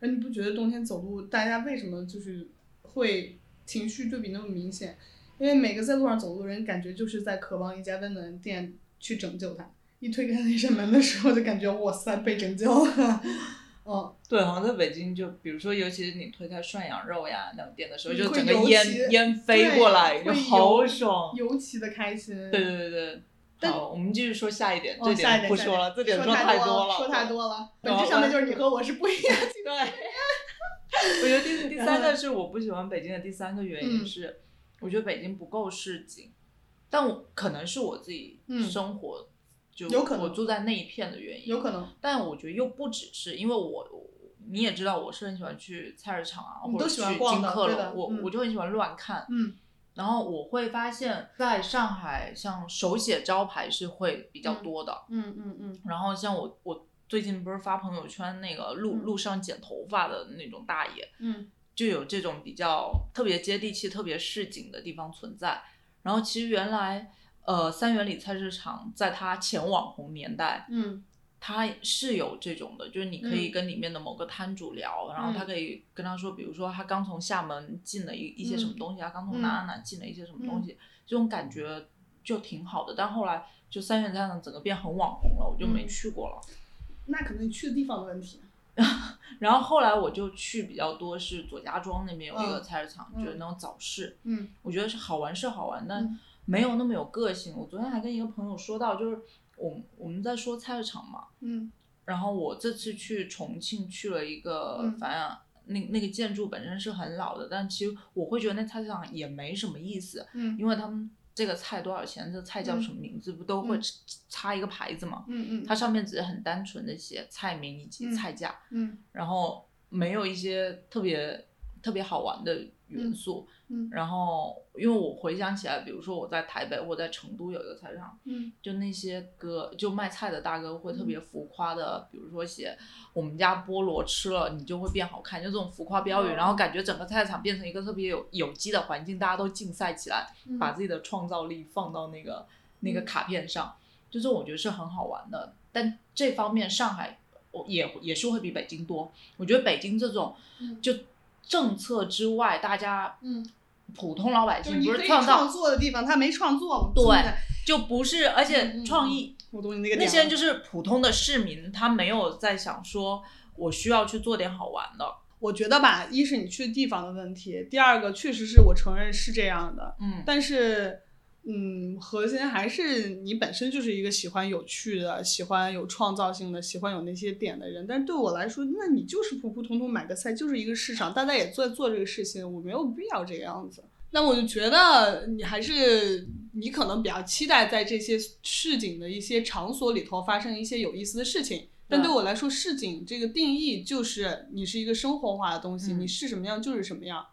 [SPEAKER 3] 而你不觉得冬天走路大家为什么就是会情绪对比那么明显？因为每个在路上走路的人，感觉就是在渴望一家温暖的店去拯救他。一推开那扇门的时候，就感觉哇塞，被拯救了。哦，
[SPEAKER 4] 对，好像在北京就，比如说，尤其是你推开涮羊肉呀那种店的时候，就
[SPEAKER 3] 会
[SPEAKER 4] 整个
[SPEAKER 3] 尤
[SPEAKER 4] 烟
[SPEAKER 3] 其
[SPEAKER 4] 烟飞
[SPEAKER 3] 对
[SPEAKER 4] 过来，就
[SPEAKER 3] 会
[SPEAKER 4] 好
[SPEAKER 3] 尤
[SPEAKER 4] 爽。
[SPEAKER 3] 尤其的开心。
[SPEAKER 4] 对对对对。
[SPEAKER 3] 但
[SPEAKER 4] 好，我们继续说下一点，
[SPEAKER 3] 哦，
[SPEAKER 4] 这
[SPEAKER 3] 下一点
[SPEAKER 4] 点不
[SPEAKER 3] 下一
[SPEAKER 4] 说了，这点
[SPEAKER 3] 说
[SPEAKER 4] 太
[SPEAKER 3] 多
[SPEAKER 4] 了，嗯
[SPEAKER 3] 说太多了。本
[SPEAKER 4] 好
[SPEAKER 3] 质上
[SPEAKER 4] 吧
[SPEAKER 3] 面就是你和我是不一 样的。
[SPEAKER 4] 对，我觉得第第三个是我不喜欢北京的第三个原因
[SPEAKER 3] 嗯
[SPEAKER 4] 是，我觉得北京不够市井，但我可能是我自己
[SPEAKER 3] 嗯
[SPEAKER 4] 生活、就
[SPEAKER 3] 有可能
[SPEAKER 4] 我住在那一片的原因，
[SPEAKER 3] 有可能，
[SPEAKER 4] 但我觉得又不只是因为我，我你也知道我是很喜欢去菜市场啊，
[SPEAKER 3] 你
[SPEAKER 4] 或者
[SPEAKER 3] 都
[SPEAKER 4] 去
[SPEAKER 3] 喜欢逛
[SPEAKER 4] 金
[SPEAKER 3] 的
[SPEAKER 4] 客
[SPEAKER 3] 对
[SPEAKER 4] 楼
[SPEAKER 3] 的，
[SPEAKER 4] 我、
[SPEAKER 3] 嗯
[SPEAKER 4] 我就很喜欢乱看，
[SPEAKER 3] 嗯
[SPEAKER 4] 然后我会发现，在上海像手写招牌是会比较
[SPEAKER 3] 嗯
[SPEAKER 4] 多的，
[SPEAKER 3] 嗯嗯嗯，
[SPEAKER 4] 然后像我我最近不是发朋友圈那个路、
[SPEAKER 3] 嗯
[SPEAKER 4] 路上剪头发的那种大爷，
[SPEAKER 3] 嗯，
[SPEAKER 4] 就有这种比较特别接地气、特别市井的地方存在。然后其实原来呃三元里菜市场在它前网红年代，
[SPEAKER 3] 嗯
[SPEAKER 4] 它是有这种的，就是你可以跟里面的某个摊主聊，然后
[SPEAKER 3] 嗯
[SPEAKER 4] 他可以跟他说，比如说他刚从厦门进了一一些什
[SPEAKER 3] 嗯
[SPEAKER 4] 么东西，他刚从哪哪哪进了一些什么东西，这种感觉就挺好的。但后来就三元菜市场整个变很网红了，我就没
[SPEAKER 3] 嗯
[SPEAKER 4] 去过了。
[SPEAKER 3] 那可能你去的地方的问题。
[SPEAKER 4] 然后后来我就去比较多是左家庄那边有一个
[SPEAKER 3] 嗯
[SPEAKER 4] 菜市场，
[SPEAKER 3] 嗯
[SPEAKER 4] 就是那种早市，
[SPEAKER 3] 嗯
[SPEAKER 4] 我觉得是好玩是好玩，但
[SPEAKER 3] 嗯
[SPEAKER 4] 没有那么有个性。我昨天还跟一个朋友说到，就是我们我们在说菜市场嘛，
[SPEAKER 3] 嗯
[SPEAKER 4] 然后我这次去重庆去了一个，
[SPEAKER 3] 嗯
[SPEAKER 4] 反正那那个建筑本身是很老的，但其实我会觉得那菜市场也没什么意思，
[SPEAKER 3] 嗯
[SPEAKER 4] 因为他们这个菜多少钱，这菜叫
[SPEAKER 3] 嗯
[SPEAKER 4] 什么名字，不都会
[SPEAKER 3] 嗯
[SPEAKER 4] 插一个牌子嘛？
[SPEAKER 3] 嗯嗯，
[SPEAKER 4] 它上面只是很单纯的写菜名以及
[SPEAKER 3] 嗯
[SPEAKER 4] 菜价，
[SPEAKER 3] 嗯
[SPEAKER 4] 然后没有一些特别特别好玩的元素。
[SPEAKER 3] 嗯
[SPEAKER 4] 然后，因为我回想起来，比如说我在台北或在成都有一个菜市场，
[SPEAKER 3] 嗯
[SPEAKER 4] 就那些哥就卖菜的大哥会特别浮夸的，比如说写我们家菠萝吃了你就会变好看，就这种浮夸标语，
[SPEAKER 3] 哦
[SPEAKER 4] 然后感觉整个菜市场变成一个特别有有机的环境，大家都竞赛起来，
[SPEAKER 3] 嗯，
[SPEAKER 4] 把自己的创造力放到那个那个
[SPEAKER 3] 嗯
[SPEAKER 4] 卡片上，就这我觉得是很好玩的。但这方面上海我也也是会比北京多，我觉得北京这种
[SPEAKER 3] 嗯
[SPEAKER 4] 就政策之外，大家
[SPEAKER 3] 嗯，
[SPEAKER 4] 普通老百
[SPEAKER 3] 就是
[SPEAKER 4] 姓
[SPEAKER 3] 你
[SPEAKER 4] 不
[SPEAKER 3] 可
[SPEAKER 4] 是
[SPEAKER 3] 以
[SPEAKER 4] 创造
[SPEAKER 3] 创作的地方，他没创作嘛。
[SPEAKER 4] 对
[SPEAKER 3] 现在，
[SPEAKER 4] 就不是，而
[SPEAKER 3] 嗯
[SPEAKER 4] 且
[SPEAKER 3] 嗯
[SPEAKER 4] 创意
[SPEAKER 3] 我懂你那个
[SPEAKER 4] 那
[SPEAKER 3] 点啊
[SPEAKER 4] 些人
[SPEAKER 3] 了
[SPEAKER 4] 就是普通的市民，他没有在想说我需要去做点好玩的，
[SPEAKER 3] 我觉得吧，一是你去地方的问题，第二个确实是我承认是这样的，
[SPEAKER 4] 嗯，
[SPEAKER 3] 但是，嗯，核心还是你本身就是一个喜欢有趣的、喜欢有创造性的、喜欢有那些点的人。但是对我来说，那你就是普普通通买个菜，就是一个市场，大家也在做这个事情，我没有必要这个样子。那我就觉得你还是你可能比较期待在这些市井的一些场所里头发生一些有意思的事情。但
[SPEAKER 4] 对
[SPEAKER 3] 对我来说，市井这个定义就是你是一个生活化的东西，
[SPEAKER 4] 嗯
[SPEAKER 3] 你是什么样就是什么样。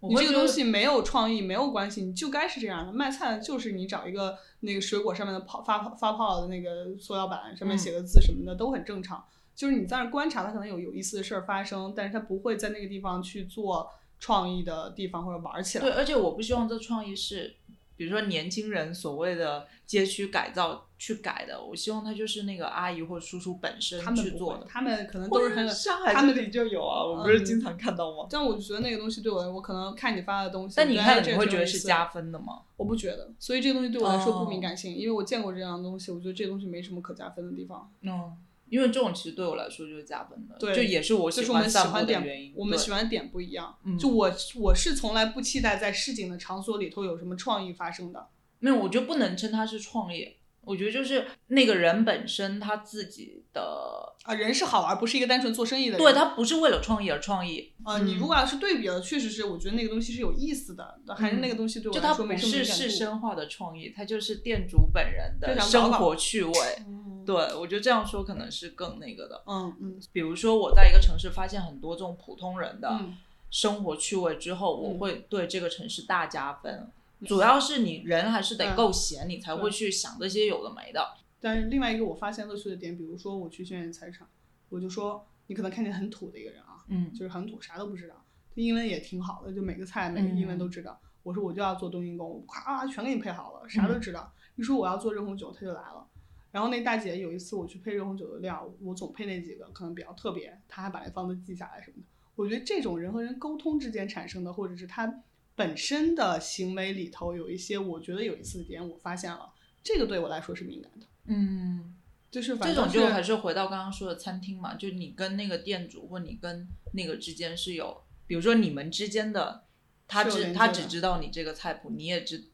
[SPEAKER 4] 我
[SPEAKER 3] 你
[SPEAKER 4] 会
[SPEAKER 3] 这
[SPEAKER 4] 觉
[SPEAKER 3] 个
[SPEAKER 4] 得
[SPEAKER 3] 东西没有创意，没有关系，你就该是这样的。卖菜就是你找一个那个水果上面的泡发发泡的那个塑料板，上面
[SPEAKER 4] 嗯
[SPEAKER 3] 写个字什么的、都很正常。就是你在那儿观察，它可能有有意思的事儿发生，但是它不会在那个地方去做创意的地方或者玩儿起来。
[SPEAKER 4] 对，而且我不希望这创意是，比如说年轻人所谓的街区改造去改的，我希望他就是那个阿姨或叔叔本身
[SPEAKER 3] 他们
[SPEAKER 4] 去
[SPEAKER 3] 不
[SPEAKER 4] 做
[SPEAKER 3] 会
[SPEAKER 4] 的。
[SPEAKER 3] 他们可能都是很有
[SPEAKER 4] 上海
[SPEAKER 3] 他们
[SPEAKER 4] 这里就有啊，我不
[SPEAKER 3] 嗯
[SPEAKER 4] 是经常看到吗？
[SPEAKER 3] 但我觉得那个东西对我来，我可能看你发的东西，
[SPEAKER 4] 但
[SPEAKER 3] 我
[SPEAKER 4] 你
[SPEAKER 3] 觉得哎
[SPEAKER 4] 看，
[SPEAKER 3] 这
[SPEAKER 4] 你
[SPEAKER 3] 个
[SPEAKER 4] 会
[SPEAKER 3] 挺
[SPEAKER 4] 觉
[SPEAKER 3] 有
[SPEAKER 4] 得
[SPEAKER 3] 意
[SPEAKER 4] 是
[SPEAKER 3] 思的
[SPEAKER 4] 加分的吗？
[SPEAKER 3] 我不觉得，所以这个东西对我来说不敏
[SPEAKER 4] 哦
[SPEAKER 3] 感性，因为我见过这样的东西，我觉得这东西没什么可加分的地方。
[SPEAKER 4] 嗯，因为这种其实对我来说就是加分的，
[SPEAKER 3] 对
[SPEAKER 4] 就也是我
[SPEAKER 3] 就是
[SPEAKER 4] 喜
[SPEAKER 3] 我们喜
[SPEAKER 4] 散步
[SPEAKER 3] 欢
[SPEAKER 4] 的
[SPEAKER 3] 点
[SPEAKER 4] 原因。
[SPEAKER 3] 我们
[SPEAKER 4] 对
[SPEAKER 3] 喜欢点不一样。
[SPEAKER 4] 嗯
[SPEAKER 3] 就我我是从来不期待在市井的场所里头有什么创意发生的。
[SPEAKER 4] 没有，我觉得不能称它是创业。我觉得就是那个人本身他自己的，
[SPEAKER 3] 啊，人是好玩，不是一个单纯做生意的人。
[SPEAKER 4] 对他不是为了创业而创业，
[SPEAKER 3] 啊，你
[SPEAKER 4] 嗯
[SPEAKER 3] 如果要是对比了，确实是，我觉得那个东西是有意思的，还是那个东西对我
[SPEAKER 4] 嗯就
[SPEAKER 3] 来
[SPEAKER 4] 他
[SPEAKER 3] 说
[SPEAKER 4] 不
[SPEAKER 3] 没什么
[SPEAKER 4] 是
[SPEAKER 3] 敏感
[SPEAKER 4] 是
[SPEAKER 3] 度。
[SPEAKER 4] 深化的创意，他就是店主本人
[SPEAKER 3] 就
[SPEAKER 4] 的
[SPEAKER 3] 想
[SPEAKER 4] 生
[SPEAKER 3] 搞搞
[SPEAKER 4] 活趣味。
[SPEAKER 3] 嗯
[SPEAKER 4] 对，我觉得这样说可能是更那个的。
[SPEAKER 3] 嗯嗯
[SPEAKER 4] 比如说，我在一个城市发现很多这种普通人的
[SPEAKER 3] 嗯
[SPEAKER 4] 生活趣味之后，我
[SPEAKER 3] 嗯
[SPEAKER 4] 会对这个城市大加分。主要是你人还是得
[SPEAKER 3] 嗯
[SPEAKER 4] 够闲，你才
[SPEAKER 3] 对
[SPEAKER 4] 会去想这些有的没的。
[SPEAKER 3] 但是另外一个我发现乐趣的点，比如说我去轩辕菜市场，我就说你可能看见很土的一个人啊，
[SPEAKER 4] 嗯
[SPEAKER 3] 就是很土，啥都不知道，英文也挺好的，就每个菜每个英
[SPEAKER 4] 嗯
[SPEAKER 3] 文都知道。我说我就要做冬阴功，我夸啊全给你配好了，啥
[SPEAKER 4] 嗯
[SPEAKER 3] 都知道。一说我要做热红酒，他就来了。然后那大姐有一次我去配热红酒的料，我总配那几个，可能比较特别，她还把那方子记下来什么的。我觉得这种人和人沟通之间产生的，或者是他本身的行为里头有一些，我觉得有意思的点，我发现了，这个对我来说是敏感的。
[SPEAKER 4] 嗯，
[SPEAKER 3] 就是反
[SPEAKER 4] 这
[SPEAKER 3] 正
[SPEAKER 4] 种就是还是回到刚刚说的餐厅嘛，就你跟那个店主或你跟那个之间是有，比如说你们之间的，他
[SPEAKER 3] 是有
[SPEAKER 4] 只
[SPEAKER 3] 连
[SPEAKER 4] 他
[SPEAKER 3] 接
[SPEAKER 4] 只
[SPEAKER 3] 的
[SPEAKER 4] 知道你这个菜谱，你也知，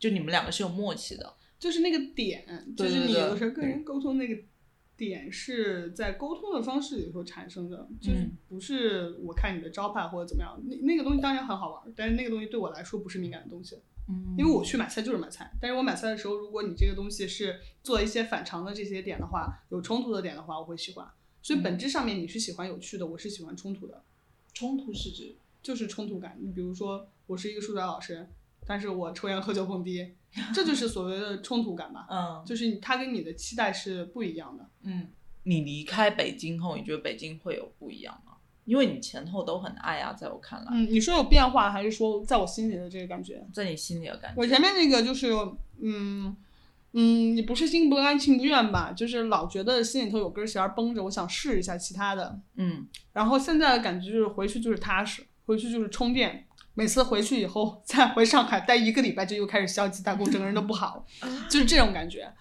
[SPEAKER 4] 就你们两个是有默契
[SPEAKER 3] 嗯
[SPEAKER 4] 的。
[SPEAKER 3] 就是那个点，就
[SPEAKER 4] 对
[SPEAKER 3] 是
[SPEAKER 4] 对
[SPEAKER 3] 你
[SPEAKER 4] 对
[SPEAKER 3] 有的时候跟人沟通那个点是在沟通的方式里头产生的，就是
[SPEAKER 4] 嗯
[SPEAKER 3] 不是我看你的招牌或者怎么样，那那个东西当然很好玩，但是那个东西对我来说不是敏感的东西，
[SPEAKER 4] 嗯
[SPEAKER 3] 因为我去买菜就是买菜，但是我买菜的时候，如果你这个东西是做一些反常的这些点的话，有冲突的点的话，我会喜欢。所以本质上面你是喜欢有趣的，我是喜欢冲突的，
[SPEAKER 4] 冲突是指
[SPEAKER 3] 就是冲突感。你比如说，我是一个数学老师，但是我抽烟喝酒蹦迪，这就是所谓的冲突感吧。
[SPEAKER 4] 嗯
[SPEAKER 3] 就是你他跟你的期待是不一样的。
[SPEAKER 4] 嗯，你离开北京后，你觉得北京会有不一样吗？因为你前后都很爱啊，在我看来，
[SPEAKER 3] 嗯，你说有变化，还是说在我心里的这个感觉？
[SPEAKER 4] 在你心里的感觉，
[SPEAKER 3] 我前面那个就是，嗯嗯，你不是心不甘情不愿吧？就是老觉得心里头有根弦儿绷着，我想试一下其他的。
[SPEAKER 4] 嗯，
[SPEAKER 3] 然后现在的感觉就是回去就是踏实，回去就是充电。每次回去以后再回上海待一个礼拜，就又开始消极怠工，整个人都不好，就是这种感觉。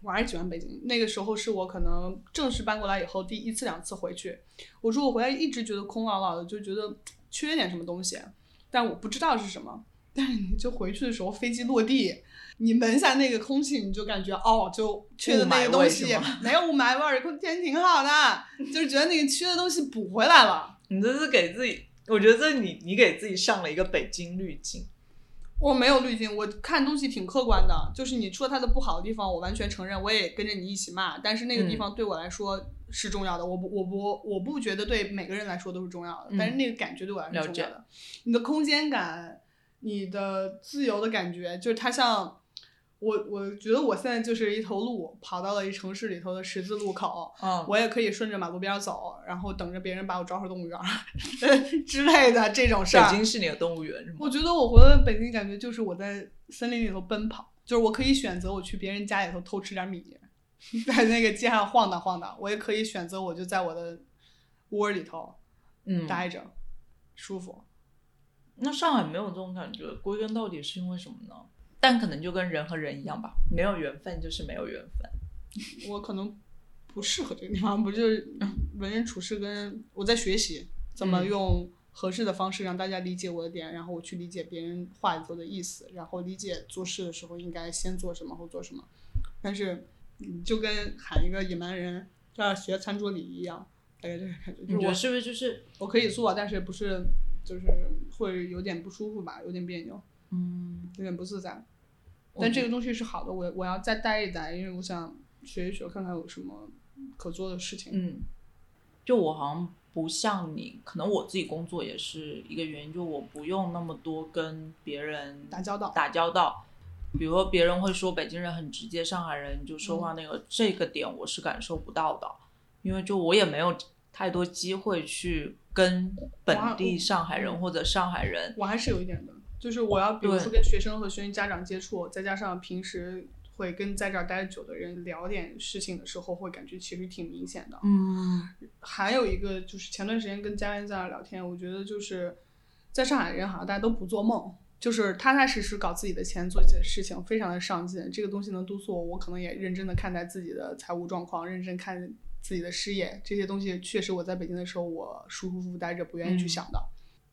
[SPEAKER 3] 我还是喜欢北京，那个时候是我可能正式搬过来以后第一次两次回去。我说我回来一直觉得空落落的，就觉得缺点什么东西，但我不知道是什么。但是你就回去的时候，飞机落地，你闻一下那个空气，你就感觉哦，就缺的那个
[SPEAKER 4] 雾霾味
[SPEAKER 3] 东西
[SPEAKER 4] 是吗
[SPEAKER 3] 没有雾霾味儿，空天挺好的，就是觉得那个缺的东西补回来了。
[SPEAKER 4] 你这是给自己，我觉得这你你给自己上了一个北京滤镜，
[SPEAKER 3] 我没有滤镜，我看东西挺客观的，就是你说它的不好的地方，我完全承认，我也跟着你一起骂。但是那个
[SPEAKER 4] 嗯
[SPEAKER 3] 地方对我来说是重要的，我不，我不，我不觉得对每个人来说都是重要的，
[SPEAKER 4] 嗯
[SPEAKER 3] 但是那个感觉对我来说是
[SPEAKER 4] 了
[SPEAKER 3] 重要
[SPEAKER 4] 解
[SPEAKER 3] 的。你的空间感，你的自由的感觉，就是它像我，我觉得我现在就是一头鹿，跑到了一城市里头的十字路口，
[SPEAKER 4] 嗯，
[SPEAKER 3] 我也可以顺着马路边儿走，然后等着别人把我招回动物园儿 之类的这种事儿。
[SPEAKER 4] 北京是啊你的动物园是
[SPEAKER 3] 我
[SPEAKER 4] 吗？
[SPEAKER 3] 觉得我回来北京，感觉就是我在森林里头奔跑，就是我可以选择我去别人家里头偷吃点米，在那个街上晃荡晃荡；我也可以选择我就在我的窝里头
[SPEAKER 4] 嗯，
[SPEAKER 3] 待着，舒服。
[SPEAKER 4] 那上海没有这种感觉，归根到底是因为什么呢？但可能就跟人和人一样吧，没有缘分就是没有缘分。
[SPEAKER 3] 我可能不适合这个地方，不就是为人处事跟我在学习怎么
[SPEAKER 4] 嗯
[SPEAKER 3] 用合适的方式让大家理解我的点，然后我去理解别人话里头的意思，然后理解做事的时候应该先做什么后做什么。但是你就跟喊一个野蛮人要学餐桌礼仪一样，大概这个感觉。
[SPEAKER 4] 你觉
[SPEAKER 3] 就
[SPEAKER 4] 得
[SPEAKER 3] 是
[SPEAKER 4] 是不是就是
[SPEAKER 3] 我我可以做，但是不是就是会有点不舒服吧，有点别扭，
[SPEAKER 4] 嗯？
[SPEAKER 3] 有点不自在。
[SPEAKER 4] 我
[SPEAKER 3] 但这个东西是好的，我我要再待一待，因为我想学一学，看看有什么可做的事情。
[SPEAKER 4] 嗯，就我好像不像你，可能我自己工作也是一个原因，就我不用那么多跟别人
[SPEAKER 3] 打交道
[SPEAKER 4] 打交道。比如说别人会说北京人很直接，上海人就说
[SPEAKER 3] 嗯
[SPEAKER 4] 话那个、这个点我是感受不到的，因为就我也没有太多机会去跟本
[SPEAKER 3] 哇
[SPEAKER 4] 地
[SPEAKER 3] 我
[SPEAKER 4] 上海人
[SPEAKER 3] 嗯
[SPEAKER 4] 或者上海人，
[SPEAKER 3] 我还是有一点的，就是我要比如说
[SPEAKER 4] 对
[SPEAKER 3] 跟学生和学生家长接触，再加上平时会跟在这儿待久的人聊点事情的时候，会感觉其实挺明显的。
[SPEAKER 4] 嗯
[SPEAKER 3] 还有一个就是前段时间跟家人在那儿聊天，我觉得就是在上海人好像大家都不做梦，就是踏踏实实搞自己的钱，做自己的事情，非常的上进。这个东西能督促我，我可能也认真的看待自己的财务状况，认真看自己的事业，这些东西确实我在北京的时候我舒舒服服待着，不愿意去
[SPEAKER 4] 嗯
[SPEAKER 3] 想的。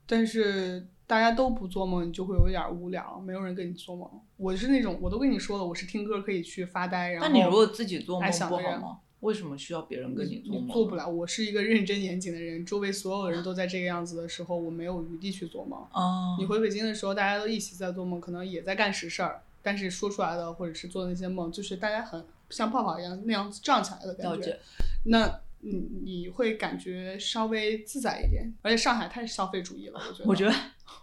[SPEAKER 3] 但是大家都不做梦，你就会有点儿无聊，没有人跟你做梦。我是那种我都跟你说了，我是听歌可以去发呆，然后
[SPEAKER 4] 那你如果自己做
[SPEAKER 3] 还
[SPEAKER 4] 梦
[SPEAKER 3] 想
[SPEAKER 4] 不
[SPEAKER 3] 着
[SPEAKER 4] 好吗？为什么需要别人跟你做梦呢？
[SPEAKER 3] 做不了。我是一个认真严谨的人，周围所有人都在这个样子的时候，我没有余地去做梦。
[SPEAKER 4] 啊！
[SPEAKER 3] 你回北京的时候，大家都一起在做梦，可能也在干实事儿，但是说出来的或者是做的那些梦，就是大家很像泡泡一样那样子胀起来的
[SPEAKER 4] 了
[SPEAKER 3] 感觉
[SPEAKER 4] 解。，
[SPEAKER 3] 那你你会感觉稍微自在一点，而且上海太消费主义了，我觉得。
[SPEAKER 4] 我觉得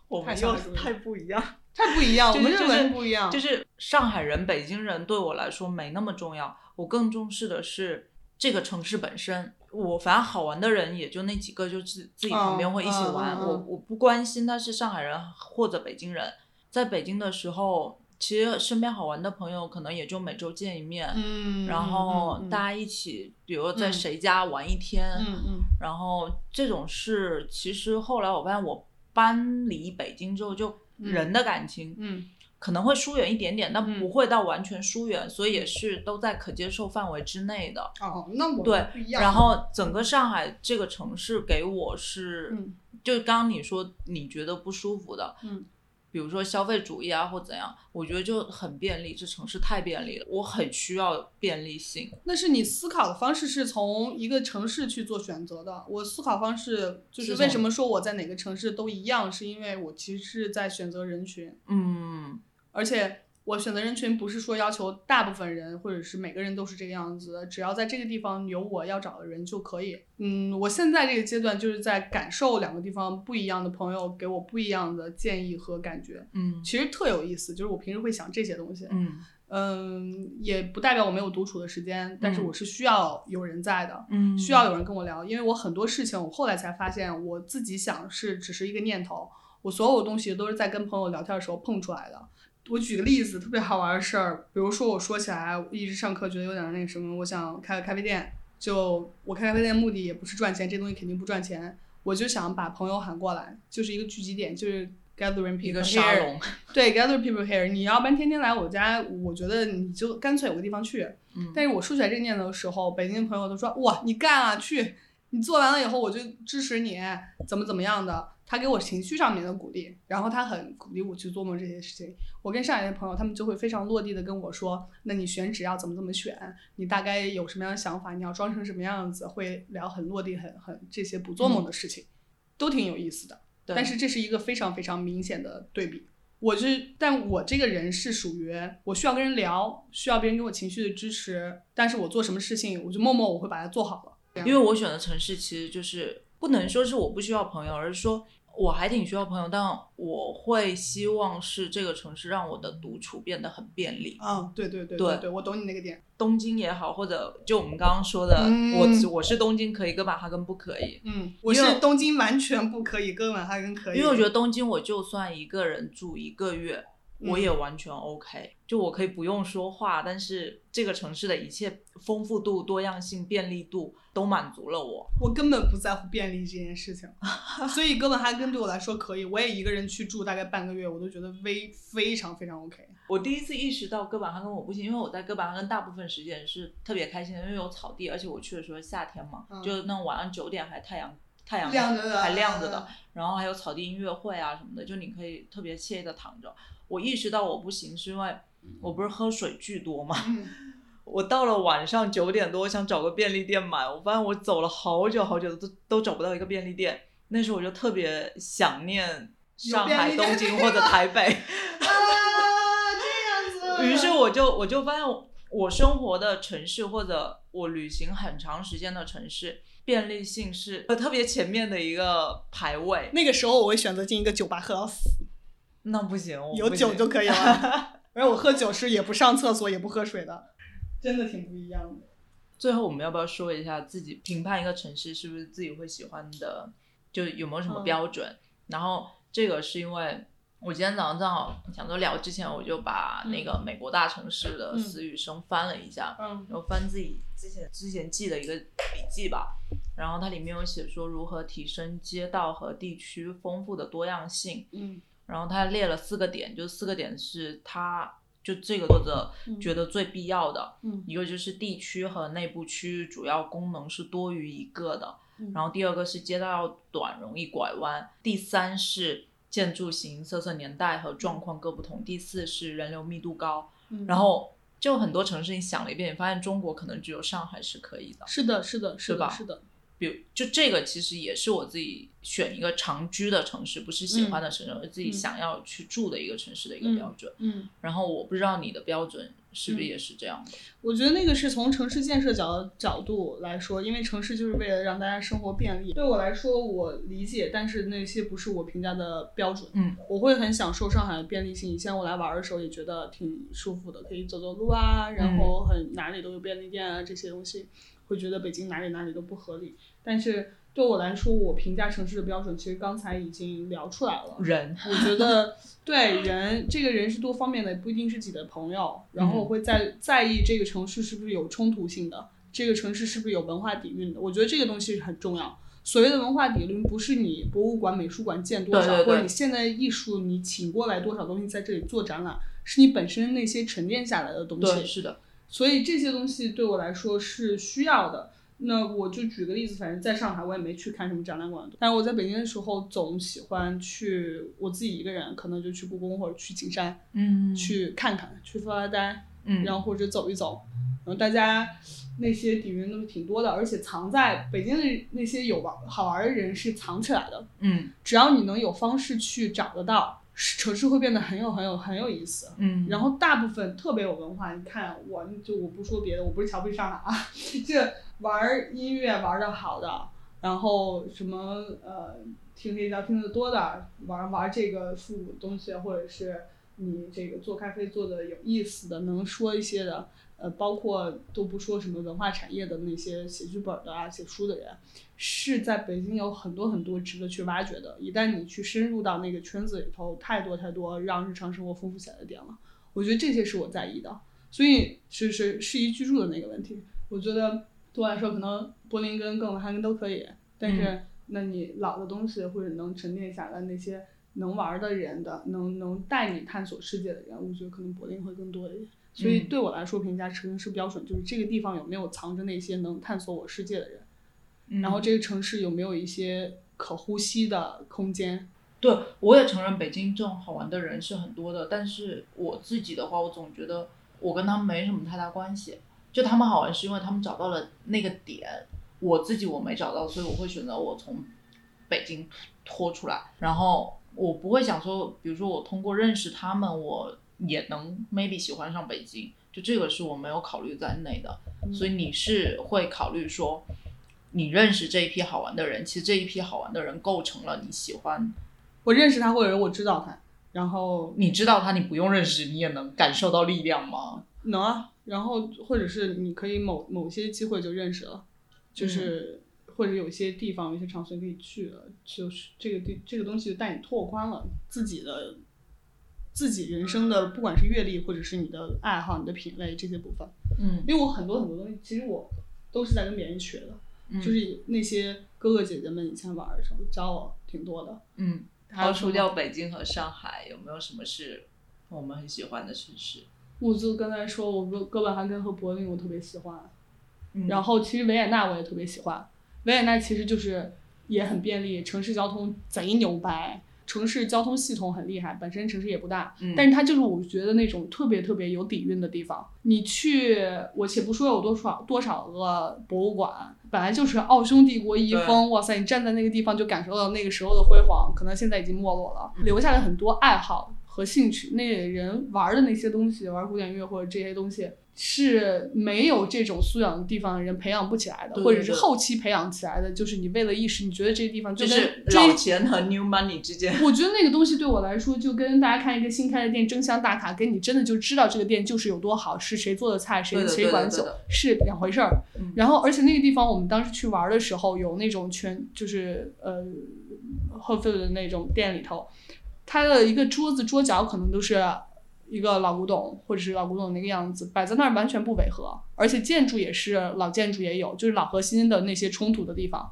[SPEAKER 4] 我
[SPEAKER 3] 太
[SPEAKER 4] 们
[SPEAKER 3] 小
[SPEAKER 4] 又
[SPEAKER 3] 了是不是
[SPEAKER 4] 太不一样。
[SPEAKER 3] 太不一样，
[SPEAKER 4] 就
[SPEAKER 3] 我们
[SPEAKER 4] 是
[SPEAKER 3] 认
[SPEAKER 4] 就是
[SPEAKER 3] 为不一样，
[SPEAKER 4] 就是上海人、北京人对我来说没那么重要，我更重视的是这个城市本身。我反正好玩的人也就那几个，就自自己旁边会一起玩。
[SPEAKER 3] 嗯嗯嗯嗯
[SPEAKER 4] 我我不关心他是上海人或者北京人。在北京的时候，其实身边好玩的朋友可能也就每周见一面，
[SPEAKER 3] 嗯，
[SPEAKER 4] 然后大
[SPEAKER 3] 家
[SPEAKER 4] 家一起，比如在
[SPEAKER 3] 嗯
[SPEAKER 4] 谁家玩一天，
[SPEAKER 3] 嗯嗯
[SPEAKER 4] 然后这种事，其实后来我发现我搬离北京之后，就
[SPEAKER 3] 嗯
[SPEAKER 4] 人的感情
[SPEAKER 3] 嗯
[SPEAKER 4] 可能会疏远一点点，但
[SPEAKER 3] 嗯
[SPEAKER 4] 不会到完全疏远，所以也是都在可接受范围之内的。
[SPEAKER 3] 哦，那我们
[SPEAKER 4] 对
[SPEAKER 3] 不一样。
[SPEAKER 4] 然后整个上海这个城市给我是，
[SPEAKER 3] 嗯
[SPEAKER 4] 就刚刚你说你觉得不舒服的，
[SPEAKER 3] 嗯，
[SPEAKER 4] 比如说消费主义啊或怎样，我觉得就很便利，这城市太便利了，我很需要便利性。
[SPEAKER 3] 那是你思考的方式是从一个城市去做选择的。我思考方式就是
[SPEAKER 4] 是
[SPEAKER 3] 为
[SPEAKER 4] 从
[SPEAKER 3] 什么说我在哪个城市都一样，是因为我其实是在选择人群，
[SPEAKER 4] 嗯
[SPEAKER 3] 而且我选择人群不是说要求大部分人或者是每个人都是这个样子的，只要在这个地方有我要找的人就可以。嗯，我现在这个阶段就是在感受两个地方不一样的朋友给我不一样的建议和感觉，
[SPEAKER 4] 嗯
[SPEAKER 3] 其实特有意思。就是我平时会想这些东西，
[SPEAKER 4] 嗯
[SPEAKER 3] 嗯，也不代表我没有独处的时间，但是我是需要有人在的，
[SPEAKER 4] 嗯，
[SPEAKER 3] 需要有人跟我聊，因为我很多事情我后来才发现，我自己想是只是一个念头，我所有东西都是在跟朋友聊天的时候碰出来的。我举个例子，特别好玩的事儿，比如说我说起来，我一直上课觉得有点那个什么，我想开个咖啡店，就我开咖啡店的目的也不是赚钱，这东西肯定不赚钱，我就想把朋友喊过来，就是一个聚集点，就是 gathering people
[SPEAKER 4] 一个
[SPEAKER 3] here
[SPEAKER 4] 沙龙。
[SPEAKER 3] 对，gather people here。你要不然天天来我家，我觉得你就干脆有个地方去。
[SPEAKER 4] 嗯，
[SPEAKER 3] 但是我说起来这念头的时候，北京的朋友都说：“哇，你干啊，去！你做完了以后，我就支持你，怎么怎么样的。”他给我情绪上面的鼓励，然后他很鼓励我去做梦这些事情。我跟上海的朋友，他们就会非常落地的跟我说：“那你选址要怎么怎么选？你大概有什么样的想法？你要装成什么样子？”会聊很落地、很很这些不做梦的事情，都挺有意思的。
[SPEAKER 4] 对
[SPEAKER 3] 但是这是一个非常非常明显的对比。我是，但我这个人是属于我需要跟人聊，需要别人给我情绪的支持，但是我做什么事情，我就默默我会把它做好了。
[SPEAKER 4] 因为我选的城市其实就是不能说是我不需要朋友，而是说我还挺需要朋友，但我会希望是这个城市让我的独处变得很便利。
[SPEAKER 3] 啊，对对对对
[SPEAKER 4] 嗯对
[SPEAKER 3] 对，我懂你那个点。
[SPEAKER 4] 东京也好，或者就我们刚刚说的，
[SPEAKER 3] 嗯
[SPEAKER 4] 我我是东京可以，哥本哈根不可以。
[SPEAKER 3] 嗯，我是东京完全不可以，哥本哈根可以，
[SPEAKER 4] 因为我觉
[SPEAKER 3] 得
[SPEAKER 4] 得东京，我就算一个人住一个月，
[SPEAKER 3] 嗯
[SPEAKER 4] 我也完全 OK，、就我可以不用说话，但是这个城市的一切丰富度、多样性、便利度都满足了我。
[SPEAKER 3] 我根本不在乎便利这件事情，所以哥本哈根对我来说可以，我也一个人去住大概半个月，我都觉得非非常非常 OK。
[SPEAKER 4] 我第一次意识到哥本哈根我不行，因为我在哥本哈根大部分时间是特别开心的，因为有草地，而且我去的时候夏天嘛，
[SPEAKER 3] 嗯
[SPEAKER 4] 就是那种晚上九点还太阳太阳
[SPEAKER 3] 亮着的嗯
[SPEAKER 4] 还亮着的，然后还有草地音乐会啊什么的，就你可以特别惬意的躺着。我意识到我不行是因为我不是喝水巨多嘛，
[SPEAKER 3] 嗯，
[SPEAKER 4] 我到了晚上九点多，我想找个便利店买，我发现我走了好久好久都都找不到一个便利店，那时候我就特别想念上
[SPEAKER 3] 有便
[SPEAKER 4] 海、
[SPEAKER 3] 利店
[SPEAKER 4] 东京或者台北。
[SPEAKER 3] 啊，这样
[SPEAKER 4] 于是我就我就发现我，我生活的城市或者我旅行很长时间的城市，便利性是呃特别前面的一个排位。
[SPEAKER 3] 那个时候我会选择进一个酒吧喝到死。
[SPEAKER 4] 那不行，我
[SPEAKER 3] 有
[SPEAKER 4] 不
[SPEAKER 3] 酒
[SPEAKER 4] 行
[SPEAKER 3] 就可以 了。而我喝酒是也不上厕所，也不喝水的，真的挺不一样的。
[SPEAKER 4] 最后我们要不要说一下自己评判一个城市是不是自己会喜欢的，就有没有什么
[SPEAKER 3] 嗯
[SPEAKER 4] 标准？然后这个是因为我今天早上正好想说聊之前，我就把那个美国大城市的
[SPEAKER 3] 嗯
[SPEAKER 4] 词语生翻了一下，
[SPEAKER 3] 嗯
[SPEAKER 4] 然后翻自己之前之前记的一个笔记吧，然后它里面有写说如何提升街道和地区丰富的多样性，
[SPEAKER 3] 嗯
[SPEAKER 4] 然后它列了四个点，就四个点是它就这个作者
[SPEAKER 3] 嗯
[SPEAKER 4] 觉得最必要的，
[SPEAKER 3] 嗯
[SPEAKER 4] 一个就是地区和内部区主要功能是多于一个的，
[SPEAKER 3] 嗯
[SPEAKER 4] 然后第二个是街道短，容易拐弯，第三是建筑型色色年代和状况各不同，第四是人流密度高，
[SPEAKER 3] 嗯
[SPEAKER 4] 然后就很多城市你想了一遍，你发现中国可能只有上海是可以的，
[SPEAKER 3] 是的，是的，是
[SPEAKER 4] 对吧
[SPEAKER 3] 的，是的，
[SPEAKER 4] 比如就这个其实也是我自己选一个常居的城市，不是喜欢的城市，而是自己
[SPEAKER 3] 嗯
[SPEAKER 4] 想要去住的一个城市的一个
[SPEAKER 3] 嗯
[SPEAKER 4] 标准。
[SPEAKER 3] 嗯，
[SPEAKER 4] 然后我不知道你的标准是不是
[SPEAKER 3] 嗯
[SPEAKER 4] 也是这样的，
[SPEAKER 3] 我觉得那个是从城市建设角角度来说，因为城市就是为了让大家生活便利。对我来说，我理解，但是那些不是我评价的标准。
[SPEAKER 4] 嗯，
[SPEAKER 3] 我会很享受上海的便利性。以前我来玩儿的时候也觉得挺舒服的，可以走走路啊，然后很哪里都有便利店啊这些东西，会觉得北京哪里哪里都不合理。但是对我来说，我评价城市的标准其实刚才已经聊出来了。
[SPEAKER 4] 人
[SPEAKER 3] 我觉得对人，这个人是多方面的，不一定是自己的朋友。然
[SPEAKER 4] 嗯
[SPEAKER 3] 后我会在在意这个城市是不是有冲突性的，这个城市是不是有文化底蕴的。我觉得这个东西很重要。所谓的文化底蕴，不是你博物馆、美术馆建多少，
[SPEAKER 4] 对对对
[SPEAKER 3] 或者你现代艺术你请过来多少东西在这里做展览，是你本身那些沉淀下来的东
[SPEAKER 4] 对，
[SPEAKER 3] 西。
[SPEAKER 4] 是的，
[SPEAKER 3] 所以这些东西对我来说是需要的。那我就举个例子，反正在上海我也没去看什么展览馆，但是我在北京的时候总喜欢去我自己一个人，可能就去故宫或者去景山、
[SPEAKER 4] 嗯，，
[SPEAKER 3] 去看看，去发发呆，
[SPEAKER 4] 嗯，
[SPEAKER 3] 然后或者走一走，然后大家那些底蕴都是挺多的，而且藏在北京的那些有玩好玩的人是藏起来的，
[SPEAKER 4] 嗯
[SPEAKER 3] 只要你能有方式去找得到，是城市会变得很有很有很有意思。
[SPEAKER 4] 嗯，
[SPEAKER 3] 然后大部分特别有文化，你看我就我不说别的，我不是瞧不起上海啊， 这玩儿音乐玩的好的，然后什么呃听黑胶听得多的，玩玩这个复古东西，或者是你这个做咖啡做的有意思的，能说一些的，呃，包括都不说什么文化产业的那些写剧本的啊、写书的人，是在北京有很多很多值得去挖掘的。一旦你去深入到那个圈子里头，太多太多让日常生活丰富起来的点了。我觉得这些是我在意的，所以是是适宜居住的那个问题。我觉得对我来说，可能柏林跟哥本哈根都可以，但是那你老的东西或者能沉淀下来那些能玩的人的，能能带你探索世界的人，我觉得可能柏林会更多一点。所以
[SPEAKER 4] 嗯
[SPEAKER 3] 对我来说，评价城市标准就是这个地方有没有藏着那些能探索我世界的人，
[SPEAKER 4] 嗯
[SPEAKER 3] 然后这个城市有没有一些可呼吸的空间。
[SPEAKER 4] 对，我也承认北京这种好玩的人是很多的，但是我自己的话，我总觉得我跟他们没什么太大关系。就他们好玩是因为他们找到了那个点，我自己我没找到，所以我会选择我从北京拖出来，然后我不会想说，比如说我通过认识他们，我也能 maybe 喜欢上北京，就这个是我没有考虑在内的。所以你是会考虑说，你认识这一批好玩的人，其实这一批好玩的人构成了你喜欢
[SPEAKER 3] 我认识他，或者我知道他，然后
[SPEAKER 4] 你知道他，你不用认识，你也能感受到力量吗？
[SPEAKER 3] 能啊，然后或者是你可以某某些机会就认识了，就是、
[SPEAKER 4] 嗯
[SPEAKER 3] 或者有些地方、有些场所你可以去了，就是这个地这个东西就带你拓宽了自己的自己人生的，不管是阅历或者是你的爱好、你的品类这些部分。
[SPEAKER 4] 嗯，
[SPEAKER 3] 因为我很多很多东西，其实我都是在跟别人学的，就
[SPEAKER 4] 嗯
[SPEAKER 3] 是那些哥哥姐姐们以前玩儿的时候教我挺多的。
[SPEAKER 4] 嗯，
[SPEAKER 3] 还
[SPEAKER 4] 抛
[SPEAKER 3] 有
[SPEAKER 4] 除
[SPEAKER 3] 什么
[SPEAKER 4] 掉北京和上海，有没有什么是我们很喜欢的城市？
[SPEAKER 3] 我就刚才说，我哥哥本哈根和柏林我特别喜欢，
[SPEAKER 4] 嗯
[SPEAKER 3] 然后其实维也纳我也特别喜欢，维也纳其实就是也很便利，城市交通贼牛掰，城市交通系统很厉害，本身城市也不大，
[SPEAKER 4] 嗯
[SPEAKER 3] 但是它就是我觉得那种特别特别有底蕴的地方。你去，我且不说有多少多少个博物馆，本来就是奥匈帝国遗风，哇塞，你站在那个地方就感受到那个时候的辉煌，可能现在已经没落了，
[SPEAKER 4] 嗯
[SPEAKER 3] 留下了很多爱好和兴趣。那人玩的那些东西，玩古典乐或者这些东西。是没有这种素养的地方的人培养不起来的，
[SPEAKER 4] 对对
[SPEAKER 3] 或者是
[SPEAKER 4] 对
[SPEAKER 3] 后期培养起来的。就是你为了一时，你觉得这个地方
[SPEAKER 4] 就
[SPEAKER 3] 跟
[SPEAKER 4] 是
[SPEAKER 3] 追
[SPEAKER 4] 老钱和 new money 之间，
[SPEAKER 3] 我觉得那个东西对我来说，就跟大家看一个新开的店争相打卡，跟你真的就知道这个店就是有多好，是谁做的菜，谁
[SPEAKER 4] 对的
[SPEAKER 3] 谁管
[SPEAKER 4] 对的
[SPEAKER 3] 酒
[SPEAKER 4] 对的
[SPEAKER 3] 是两回事儿。
[SPEAKER 4] 嗯
[SPEAKER 3] 然后，而且那个地方我们当时去玩的时候，有那种全就是呃后 e 的那种店里头，它的一个桌子桌角可能都是一个老古董或者是老古董那个样子，摆在那儿完全不违和，而且建筑也是老建筑也有，就是老和新的那些冲突的地方。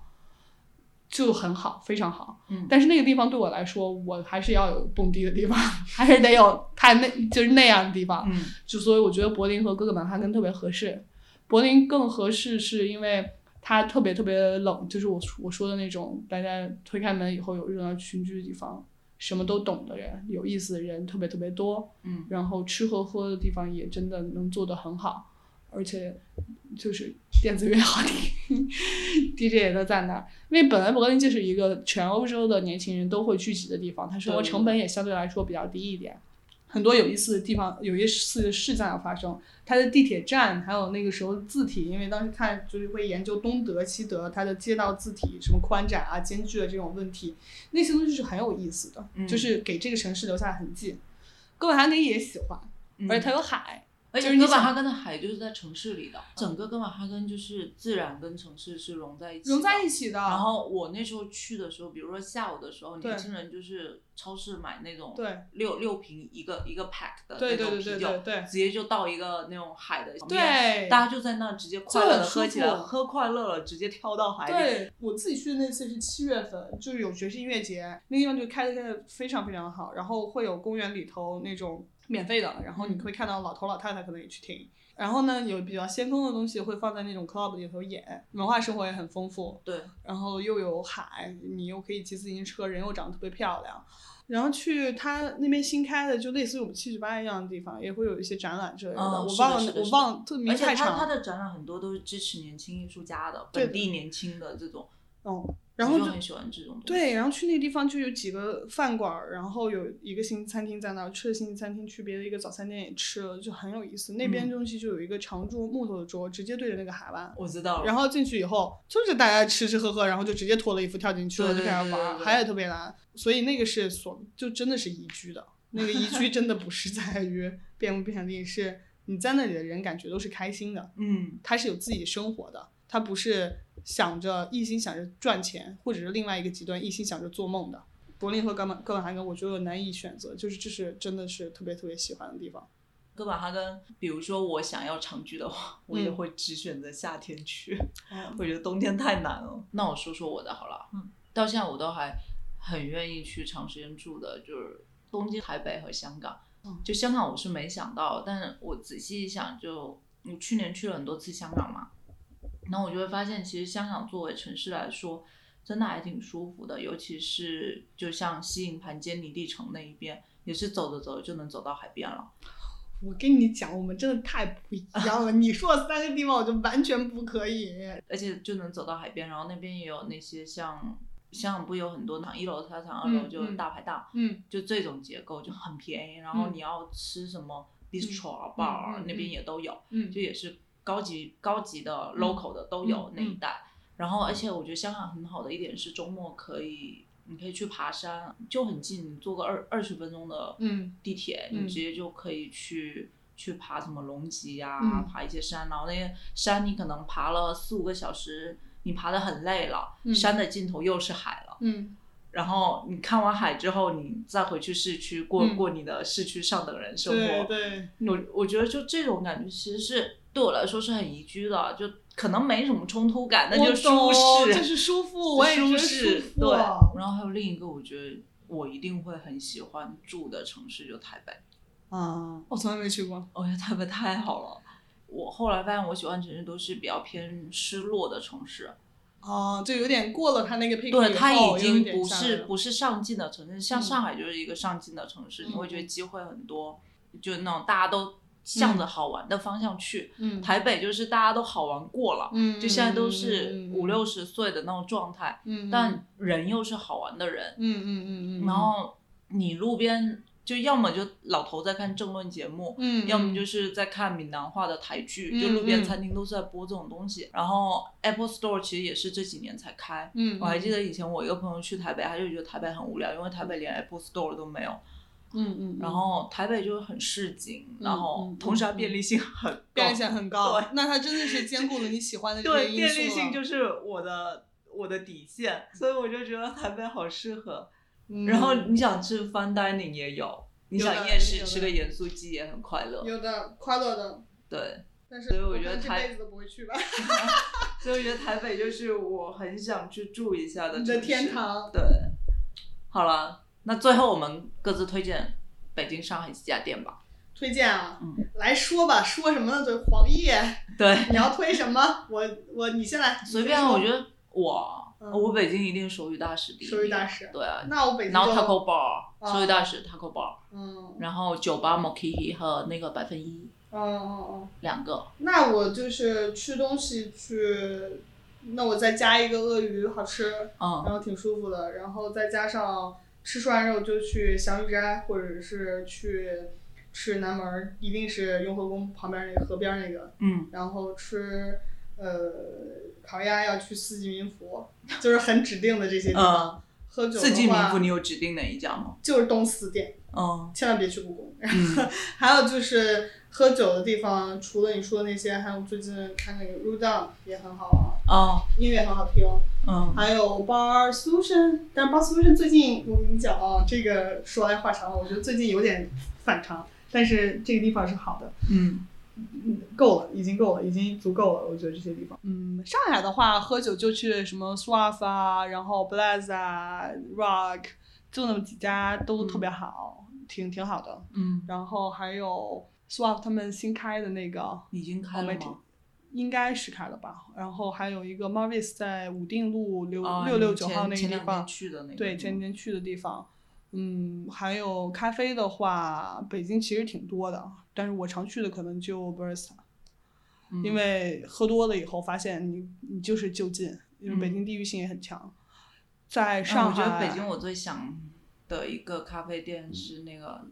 [SPEAKER 3] 就很好，非常好。
[SPEAKER 4] 嗯
[SPEAKER 3] 但是那个地方对我来说，我还是要有蹦迪的地方， 还是得有它那就是那样的地方。
[SPEAKER 4] 嗯
[SPEAKER 3] 就所以我觉得柏林和哥哥曼哈根特别合适。柏林更合适是因为它特别特别冷，就是我我说的那种大家推开门以后有热闹群居的地方，什么都懂的人，有意思的人特别特别多，
[SPEAKER 4] 嗯
[SPEAKER 3] 然后吃和喝的地方也真的能做得很好，而且就是电子乐好听，DJ 也都在那儿。因为本来柏林就是一个全欧洲的年轻人都会聚集的地方，它生活
[SPEAKER 4] 对
[SPEAKER 3] 成本也相对来说比较低一点。很多有意思的地方，有意思的事件要发生。它的地铁站，还有那个时候字体，因为当时看就是会研究东德、西德，它的街道字体什么宽窄啊、间距的这种问题，那些东西是很有意思的，
[SPEAKER 4] 嗯
[SPEAKER 3] 就是给这个城市留下痕迹。哥本哈根也喜欢，
[SPEAKER 4] 嗯
[SPEAKER 3] 而且它有海，
[SPEAKER 4] 而
[SPEAKER 3] 就
[SPEAKER 4] 且
[SPEAKER 3] 是你
[SPEAKER 4] 哥
[SPEAKER 3] 想
[SPEAKER 4] 本哈根的海就是在城市里的，整个哥本哈根就是自然跟城市是融在一起的，
[SPEAKER 3] 融在一起的。
[SPEAKER 4] 然后我那时候去的时候，比如说下午的时候，
[SPEAKER 3] 对
[SPEAKER 4] 年轻人就是超市买那种
[SPEAKER 3] 对
[SPEAKER 4] 六六瓶一个一个 pack 的
[SPEAKER 3] 对
[SPEAKER 4] 那
[SPEAKER 3] 对
[SPEAKER 4] 种
[SPEAKER 3] 对
[SPEAKER 4] 啤
[SPEAKER 3] 对
[SPEAKER 4] 酒，
[SPEAKER 3] 对对
[SPEAKER 4] 直接就到一个那种海的旁边，
[SPEAKER 3] 对，
[SPEAKER 4] 大家就在那直接快乐的
[SPEAKER 3] 就很舒服
[SPEAKER 4] 喝起来，喝快乐了直接跳到海里。
[SPEAKER 3] 对我自己去的那次是七月份，就是有爵士音乐节，那个地方就开的开的非常非常好，然后会有公园里头那种免费的，然后你
[SPEAKER 4] 嗯
[SPEAKER 3] 会看到老头老太太可能也去听。然后呢，有比较先锋的东西会放在那种 club 里头演，文化生活也很丰富，
[SPEAKER 4] 对，
[SPEAKER 3] 然后又有海，你又可以骑自行车，人又长得特别漂亮。然后去他那边新开的，就类似于我们七九八一样的地方，也会有一些展览之类的。
[SPEAKER 4] 嗯
[SPEAKER 3] 我
[SPEAKER 4] 是的
[SPEAKER 3] 忘了，
[SPEAKER 4] 是的
[SPEAKER 3] 我
[SPEAKER 4] 是的
[SPEAKER 3] 忘了，特名
[SPEAKER 4] 而且
[SPEAKER 3] 太
[SPEAKER 4] 他
[SPEAKER 3] 长。
[SPEAKER 4] 他的展览很多都是支持年轻艺术家的，
[SPEAKER 3] 对
[SPEAKER 4] 本地年轻的这种，
[SPEAKER 3] 嗯，然后
[SPEAKER 4] 我就
[SPEAKER 3] 就
[SPEAKER 4] 很喜欢这种东西。
[SPEAKER 3] 对，然后去那个地方就有几个饭馆儿，然后有一个星级餐厅在那儿，吃了星级餐厅，去别的一个早餐店也吃了，就很有意思。那边
[SPEAKER 4] 嗯哦
[SPEAKER 3] 东西就有一个长桌木头的桌，直接对着那个海湾。
[SPEAKER 4] 我知道了。
[SPEAKER 3] 然后进去以后，就是大家吃吃喝喝，然后就直接脱了衣服跳进去了，
[SPEAKER 4] 对
[SPEAKER 3] 就
[SPEAKER 4] 对
[SPEAKER 3] 开
[SPEAKER 4] 对
[SPEAKER 3] 始
[SPEAKER 4] 对
[SPEAKER 3] 玩
[SPEAKER 4] 对
[SPEAKER 3] 儿，
[SPEAKER 4] 对
[SPEAKER 3] 海也特别蓝，所以那个是所就真的是宜居的，那个宜居真的不是在于便不便利，是你在那里的人感觉都是开心的，
[SPEAKER 4] 嗯，
[SPEAKER 3] 他是有自己生活的，他不是想着一心想着赚钱，或者是另外一个极端一心想着做梦的。柏林和哥本哥本哈根，我觉得我难以选择，就是这是真的是特别特别喜欢的地方。
[SPEAKER 4] 哥本哈根，比如说我想要长居的话，我
[SPEAKER 3] 嗯
[SPEAKER 4] 也会只选择夏天去。 我觉得冬天太难了。那我说说我的好了，
[SPEAKER 3] 哦嗯，
[SPEAKER 4] 到现在我都还很愿意去长时间住的，就是东京、台北和香港
[SPEAKER 3] 嗯。
[SPEAKER 4] 就香港我是没想到，但是我仔细一想就，我去年去了很多次香港嘛，然后我就会发现，其实香港作为城市来说，真的还挺舒服的，尤其是就像西营盘、坚尼地城那一边，也是走着走着就能走到海边了。
[SPEAKER 3] 我跟你讲，我们真的太不一样了。你说的三个地方，我就完全不可以。
[SPEAKER 4] 而且就能走到海边，然后那边也有那些像香港不有很多那一楼、商场、二楼
[SPEAKER 3] 嗯
[SPEAKER 4] 就
[SPEAKER 3] 嗯
[SPEAKER 4] 大排档，
[SPEAKER 3] 嗯，
[SPEAKER 4] 就这种结构就很便宜。然后你要吃什么 bistro 啊、bar 啊
[SPEAKER 3] 嗯嗯
[SPEAKER 4] 那边也都有，
[SPEAKER 3] 嗯
[SPEAKER 4] 就也是高级高级的 local 的都有
[SPEAKER 3] 嗯
[SPEAKER 4] 那一带。然后而且我觉得香港很好的一点是周末可以。你可以去爬山，就很近，你坐个二二十分钟的
[SPEAKER 3] 嗯
[SPEAKER 4] 地铁，
[SPEAKER 3] 嗯
[SPEAKER 4] 你直接就可以去去爬什么龙脊呀、
[SPEAKER 3] 嗯
[SPEAKER 4] 爬一些山，然后那些山你可能爬了四五个小时，你爬得很累了，
[SPEAKER 3] 嗯
[SPEAKER 4] 山的尽头又是海了。
[SPEAKER 3] 嗯
[SPEAKER 4] 然后你看完海之后，你再回去市区过、
[SPEAKER 3] 嗯
[SPEAKER 4] 过你的市区上等人生活。
[SPEAKER 3] 对对，
[SPEAKER 4] 我我觉得就这种感觉，其实是对我来说是很宜居的，就可能没什么冲突感，那就
[SPEAKER 3] 我
[SPEAKER 4] 舒
[SPEAKER 3] 懂
[SPEAKER 4] 适，
[SPEAKER 3] 就是舒服我也觉
[SPEAKER 4] 舒
[SPEAKER 3] 得
[SPEAKER 4] 适。
[SPEAKER 3] 舒服
[SPEAKER 4] 对，然后还有另一个，我觉得我一定会很喜欢住的城市就台北，
[SPEAKER 3] 啊，我从来没去过。
[SPEAKER 4] 我觉得台北哦太好了。我后来发现，我喜欢的城市都是比较偏失落的城市，
[SPEAKER 3] 哦，就有点过了他那个 peak，
[SPEAKER 4] 对，
[SPEAKER 3] 以
[SPEAKER 4] 它
[SPEAKER 3] 后
[SPEAKER 4] 已
[SPEAKER 3] 又有
[SPEAKER 4] 经
[SPEAKER 3] 点
[SPEAKER 4] 不
[SPEAKER 3] 下来
[SPEAKER 4] 是
[SPEAKER 3] 了
[SPEAKER 4] 不是上进的城市，像
[SPEAKER 3] 嗯
[SPEAKER 4] 上海就是一个上进的城市，
[SPEAKER 3] 嗯
[SPEAKER 4] 你会觉得机会很多，就那种大家都向着好玩的方向去。
[SPEAKER 3] 嗯
[SPEAKER 4] 台北就是大家都好玩过了，
[SPEAKER 3] 嗯，
[SPEAKER 4] 就现在都是
[SPEAKER 3] 嗯
[SPEAKER 4] 五六，十岁的那种状态，
[SPEAKER 3] 嗯嗯嗯
[SPEAKER 4] 但人又是好玩的人，
[SPEAKER 3] 嗯嗯嗯嗯，
[SPEAKER 4] 然后你路边就要么就老头在看政论节目，
[SPEAKER 3] 嗯，
[SPEAKER 4] 要么就是是在看闽南话的台剧，
[SPEAKER 3] 嗯
[SPEAKER 4] 就路边餐厅都是在播这种东西。然后 Apple Store 其实也是这几年才开。
[SPEAKER 3] 嗯，
[SPEAKER 4] 我还记得以前我一个朋友去台北，他就觉得台北很无聊，因为台北连 Apple Store 都没有。
[SPEAKER 3] 嗯，嗯嗯，
[SPEAKER 4] 然后台北就是很市井，
[SPEAKER 3] 嗯
[SPEAKER 4] 然后
[SPEAKER 3] 嗯
[SPEAKER 4] 同时它
[SPEAKER 3] 嗯
[SPEAKER 4] 便利性很高。
[SPEAKER 3] 便利性很高
[SPEAKER 4] 对，
[SPEAKER 3] 哦那它真的是兼顾了你喜欢的这些
[SPEAKER 4] 对，
[SPEAKER 3] 因
[SPEAKER 4] 便
[SPEAKER 3] 素啊
[SPEAKER 4] 利性
[SPEAKER 3] 了
[SPEAKER 4] 就是我的我的底线，所以我就觉得台北好适合。
[SPEAKER 3] 嗯
[SPEAKER 4] 然后你想吃 fine dining 也有，你
[SPEAKER 3] 有的
[SPEAKER 4] 想夜
[SPEAKER 3] 有
[SPEAKER 4] 市
[SPEAKER 3] 的
[SPEAKER 4] 吃个盐酥鸡也很快乐。
[SPEAKER 3] 有的快乐的，
[SPEAKER 4] 对。
[SPEAKER 3] 但是
[SPEAKER 4] 所以我
[SPEAKER 3] 可
[SPEAKER 4] 觉得
[SPEAKER 3] 能这
[SPEAKER 4] 它
[SPEAKER 3] 辈子都不会去吧。
[SPEAKER 4] 所以我觉得台北就是我很想去住一下 的
[SPEAKER 3] 你
[SPEAKER 4] 城
[SPEAKER 3] 的
[SPEAKER 4] 市
[SPEAKER 3] 天。堂，
[SPEAKER 4] 对，好了，那最后我们各自推荐北京、上海几家店吧。
[SPEAKER 3] 推荐啊，
[SPEAKER 4] 嗯
[SPEAKER 3] 来说吧，说什么呢？这黄奕，
[SPEAKER 4] 对，
[SPEAKER 3] 你要推什么？我我你先来，
[SPEAKER 4] 随便，
[SPEAKER 3] 你先
[SPEAKER 4] 我
[SPEAKER 3] 说
[SPEAKER 4] 觉得我、
[SPEAKER 3] 嗯
[SPEAKER 4] 我北京一定手语大使第一名。
[SPEAKER 3] 手语大使
[SPEAKER 4] 对啊。
[SPEAKER 3] 那我北京
[SPEAKER 4] 然后
[SPEAKER 3] 就
[SPEAKER 4] taco bar、
[SPEAKER 3] 哦
[SPEAKER 4] 手语大使 taco bar，
[SPEAKER 3] 嗯嗯
[SPEAKER 4] 然后酒吧 mokihi 和那个百分一
[SPEAKER 3] 嗯嗯，
[SPEAKER 4] 两个。
[SPEAKER 3] 那我就是吃东西去，那我再加一个鳄鱼，好吃，然
[SPEAKER 4] 嗯，
[SPEAKER 3] 后挺舒服的，然后再加上吃涮肉就去祥玉斋，或者是去吃南门儿，一定是雍和宫旁边那个河边那个，
[SPEAKER 4] 嗯，
[SPEAKER 3] 然后吃呃烤鸭要去四季民福，就是很指定的这些地方。喝酒
[SPEAKER 4] 嗯四季
[SPEAKER 3] 的
[SPEAKER 4] 民
[SPEAKER 3] 话
[SPEAKER 4] 福，你有指定哪一家吗？
[SPEAKER 3] 就是东四店，
[SPEAKER 4] 嗯
[SPEAKER 3] 千万别去故宫。
[SPEAKER 4] 嗯
[SPEAKER 3] 还有就是喝酒的地方，除了你说的那些，还有最近看那个 r u d o w n 也很好玩，
[SPEAKER 4] 哦
[SPEAKER 3] 音乐很好听。
[SPEAKER 4] 嗯
[SPEAKER 3] 还有 Bar Solution，但 Bar Solution 最近我跟你讲啊，这个说来话长了，我觉得最近有点反常，但是这个地方是好的。
[SPEAKER 4] 嗯
[SPEAKER 3] 嗯，够了，已经够了，已经足够了。我觉得这些地方，嗯，上海的话，喝酒就去什么 Swaff 啊，然后 Blaz 啊，Rock，就那么几家都特别好，挺挺好的。
[SPEAKER 4] 嗯，
[SPEAKER 3] 然后还有 Swaff 他们新开的那个，
[SPEAKER 4] 已经开了
[SPEAKER 3] 我没听
[SPEAKER 4] 吗？
[SPEAKER 3] 应该是开了吧。然后还有一个 Marvis 在武定路六
[SPEAKER 4] 啊
[SPEAKER 3] 六六
[SPEAKER 4] 你
[SPEAKER 3] 九
[SPEAKER 4] 前
[SPEAKER 3] 号那个
[SPEAKER 4] 前
[SPEAKER 3] 地
[SPEAKER 4] 两天
[SPEAKER 3] 方，
[SPEAKER 4] 去的那个
[SPEAKER 3] 对，前几天去的地方。嗯，还有咖啡的话，北京其实挺多的，但是我常去的可能就 Barista。
[SPEAKER 4] 嗯
[SPEAKER 3] 因为喝多了以后发现你你就是就近，因为北京地域性也很强。在
[SPEAKER 4] 嗯
[SPEAKER 3] 上
[SPEAKER 4] 我觉得
[SPEAKER 3] 海，
[SPEAKER 4] 北京我最想的一个咖啡店是那个，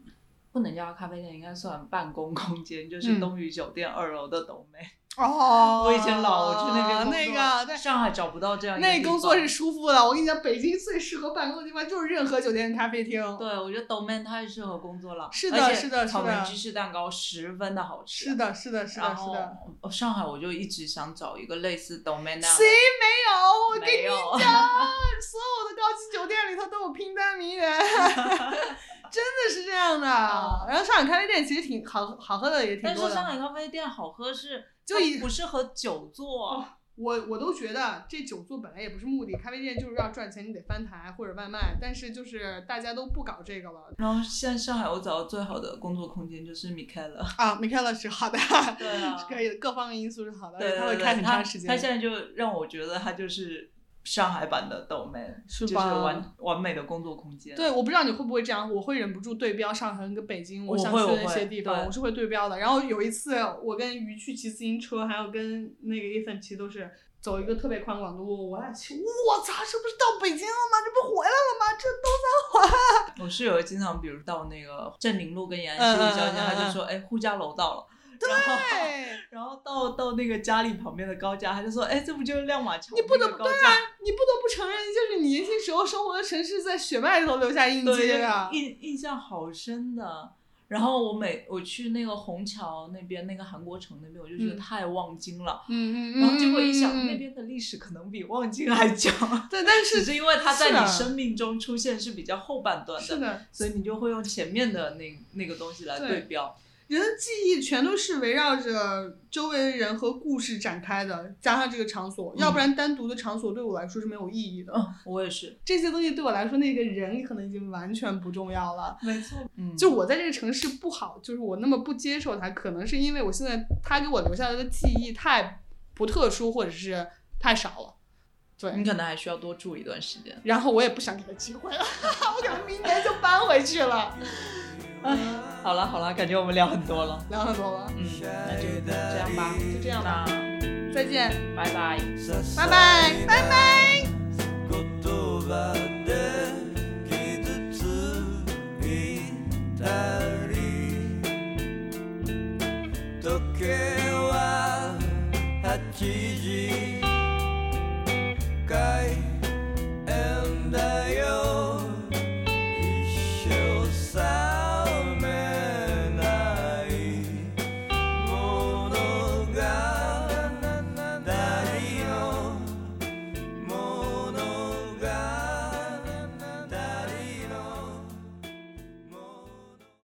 [SPEAKER 4] 不能叫咖啡店，应该算办公空间，就是
[SPEAKER 3] 嗯
[SPEAKER 4] 东宇酒店二楼的斗美。
[SPEAKER 3] 哦，
[SPEAKER 4] 我以前老去那边工作
[SPEAKER 3] 那个对。
[SPEAKER 4] 上海找不到这样一
[SPEAKER 3] 那
[SPEAKER 4] 地
[SPEAKER 3] 工作
[SPEAKER 4] 方
[SPEAKER 3] 是舒服的，我跟你讲，北京最适合办公的地方就是任何酒店、咖啡厅。
[SPEAKER 4] 对，我觉得 Domain 太适合工作了，
[SPEAKER 3] 是
[SPEAKER 4] 而
[SPEAKER 3] 的
[SPEAKER 4] 且
[SPEAKER 3] 是的是
[SPEAKER 4] 草莓
[SPEAKER 3] 的
[SPEAKER 4] 芝士蛋糕十分的好吃。
[SPEAKER 3] 是，的，是的，是的，
[SPEAKER 4] 然
[SPEAKER 3] 是
[SPEAKER 4] 后
[SPEAKER 3] 的。
[SPEAKER 4] 呃上海我就一直想找一个类似 Domain 那样
[SPEAKER 3] 谁
[SPEAKER 4] 的，
[SPEAKER 3] 没有？我跟
[SPEAKER 4] 没
[SPEAKER 3] 你
[SPEAKER 4] 有，
[SPEAKER 3] 讲， 所有的高级酒店里头都有拼单名 人，真的是这样的。
[SPEAKER 4] 啊
[SPEAKER 3] 然后上海咖啡店其实挺好，好喝的也挺
[SPEAKER 4] 但
[SPEAKER 3] 多
[SPEAKER 4] 是
[SPEAKER 3] 的。
[SPEAKER 4] 上海咖啡店好喝是，
[SPEAKER 3] 就
[SPEAKER 4] 它
[SPEAKER 3] 以
[SPEAKER 4] 不适合久 坐。
[SPEAKER 3] 我我都觉得这久坐本来也不是目的，咖啡店就是要赚钱，你得翻台或者外卖，但是就是大家都不搞这个了
[SPEAKER 4] 然后现在上海我找到最好的工作空间就是米开了。
[SPEAKER 3] 啊。米开朗是好的，
[SPEAKER 4] 对啊
[SPEAKER 3] 是可以的，各方面因素是好的，
[SPEAKER 4] 对，
[SPEAKER 3] 哎他会
[SPEAKER 4] 对对
[SPEAKER 3] 开很
[SPEAKER 4] 他
[SPEAKER 3] 长时间。
[SPEAKER 4] 他现在就让我觉得他就是上海版的豆妹，
[SPEAKER 3] 是
[SPEAKER 4] 就是
[SPEAKER 3] 吧
[SPEAKER 4] 完完美的工作空间。
[SPEAKER 3] 对，我不知道你会不会这样，我会忍不住对标上海跟北京
[SPEAKER 4] 我
[SPEAKER 3] 想去
[SPEAKER 4] 会我
[SPEAKER 3] 的那
[SPEAKER 4] 会
[SPEAKER 3] 些地方，
[SPEAKER 4] 对
[SPEAKER 3] 我是会对标的。然后有一次，啊我跟于去骑自行车，还有跟那个 Ethan 骑，都是走一个特别宽广的路，我俩骑，我操，这不是到北京了吗？这不回来了吗？这都
[SPEAKER 4] 我室友经常，比如到那个镇宁路跟延安西路交
[SPEAKER 3] 嗯嗯
[SPEAKER 4] 界，
[SPEAKER 3] 嗯嗯
[SPEAKER 4] 他就说：“哎，呼家楼到了。”然后，
[SPEAKER 3] 对。
[SPEAKER 4] 然后到到那个家里旁边的高架，他就说：“哎，这不就是亮马桥
[SPEAKER 3] 你不
[SPEAKER 4] 那
[SPEAKER 3] 得
[SPEAKER 4] 个
[SPEAKER 3] 不
[SPEAKER 4] 高
[SPEAKER 3] 对
[SPEAKER 4] 架？”
[SPEAKER 3] 啊，你不得不承认，就是你年轻时候生活的城市在血脉里头留下印
[SPEAKER 4] 对
[SPEAKER 3] 记啊。
[SPEAKER 4] 印印象好深的。然后我每我去那个虹桥那边，那个韩国城那边，我就觉得
[SPEAKER 3] 嗯
[SPEAKER 4] 太望京了。
[SPEAKER 3] 嗯嗯嗯。
[SPEAKER 4] 然后结果一想，
[SPEAKER 3] 嗯
[SPEAKER 4] 那。边的历史可能比望京还久。
[SPEAKER 3] 对，但
[SPEAKER 4] 只
[SPEAKER 3] 是
[SPEAKER 4] 是因为它在
[SPEAKER 3] 是的啊
[SPEAKER 4] 你生命中出现是比较后半段
[SPEAKER 3] 是
[SPEAKER 4] 的，
[SPEAKER 3] 的，
[SPEAKER 4] 所以你就会用前面的那那个东西来对标。
[SPEAKER 3] 人的记忆全都是围绕着周围的人和故事展开的，加上这个场所，要不然单独的场所对我来说是没有意义的。
[SPEAKER 4] 嗯，我也是，
[SPEAKER 3] 这些东西对我来说，那个人可能已经完全不重要了。
[SPEAKER 4] 没错，嗯，
[SPEAKER 3] 就我在这个城市不好，就是我那么不接受它，可能是因为我现在它给我留下来的记忆太不特殊，或者是太少了。对，
[SPEAKER 4] 你可能还需要多住一段时间。
[SPEAKER 3] 然后我也不想给他机会了， 我可能明年就搬回去了。
[SPEAKER 4] 好了好了，感觉我们聊很多了，
[SPEAKER 3] 聊很多了，
[SPEAKER 4] 嗯，那就这样吧，
[SPEAKER 3] 就这样吧，
[SPEAKER 4] 那
[SPEAKER 3] 再见，
[SPEAKER 4] 拜拜。
[SPEAKER 3] 拜拜，拜拜。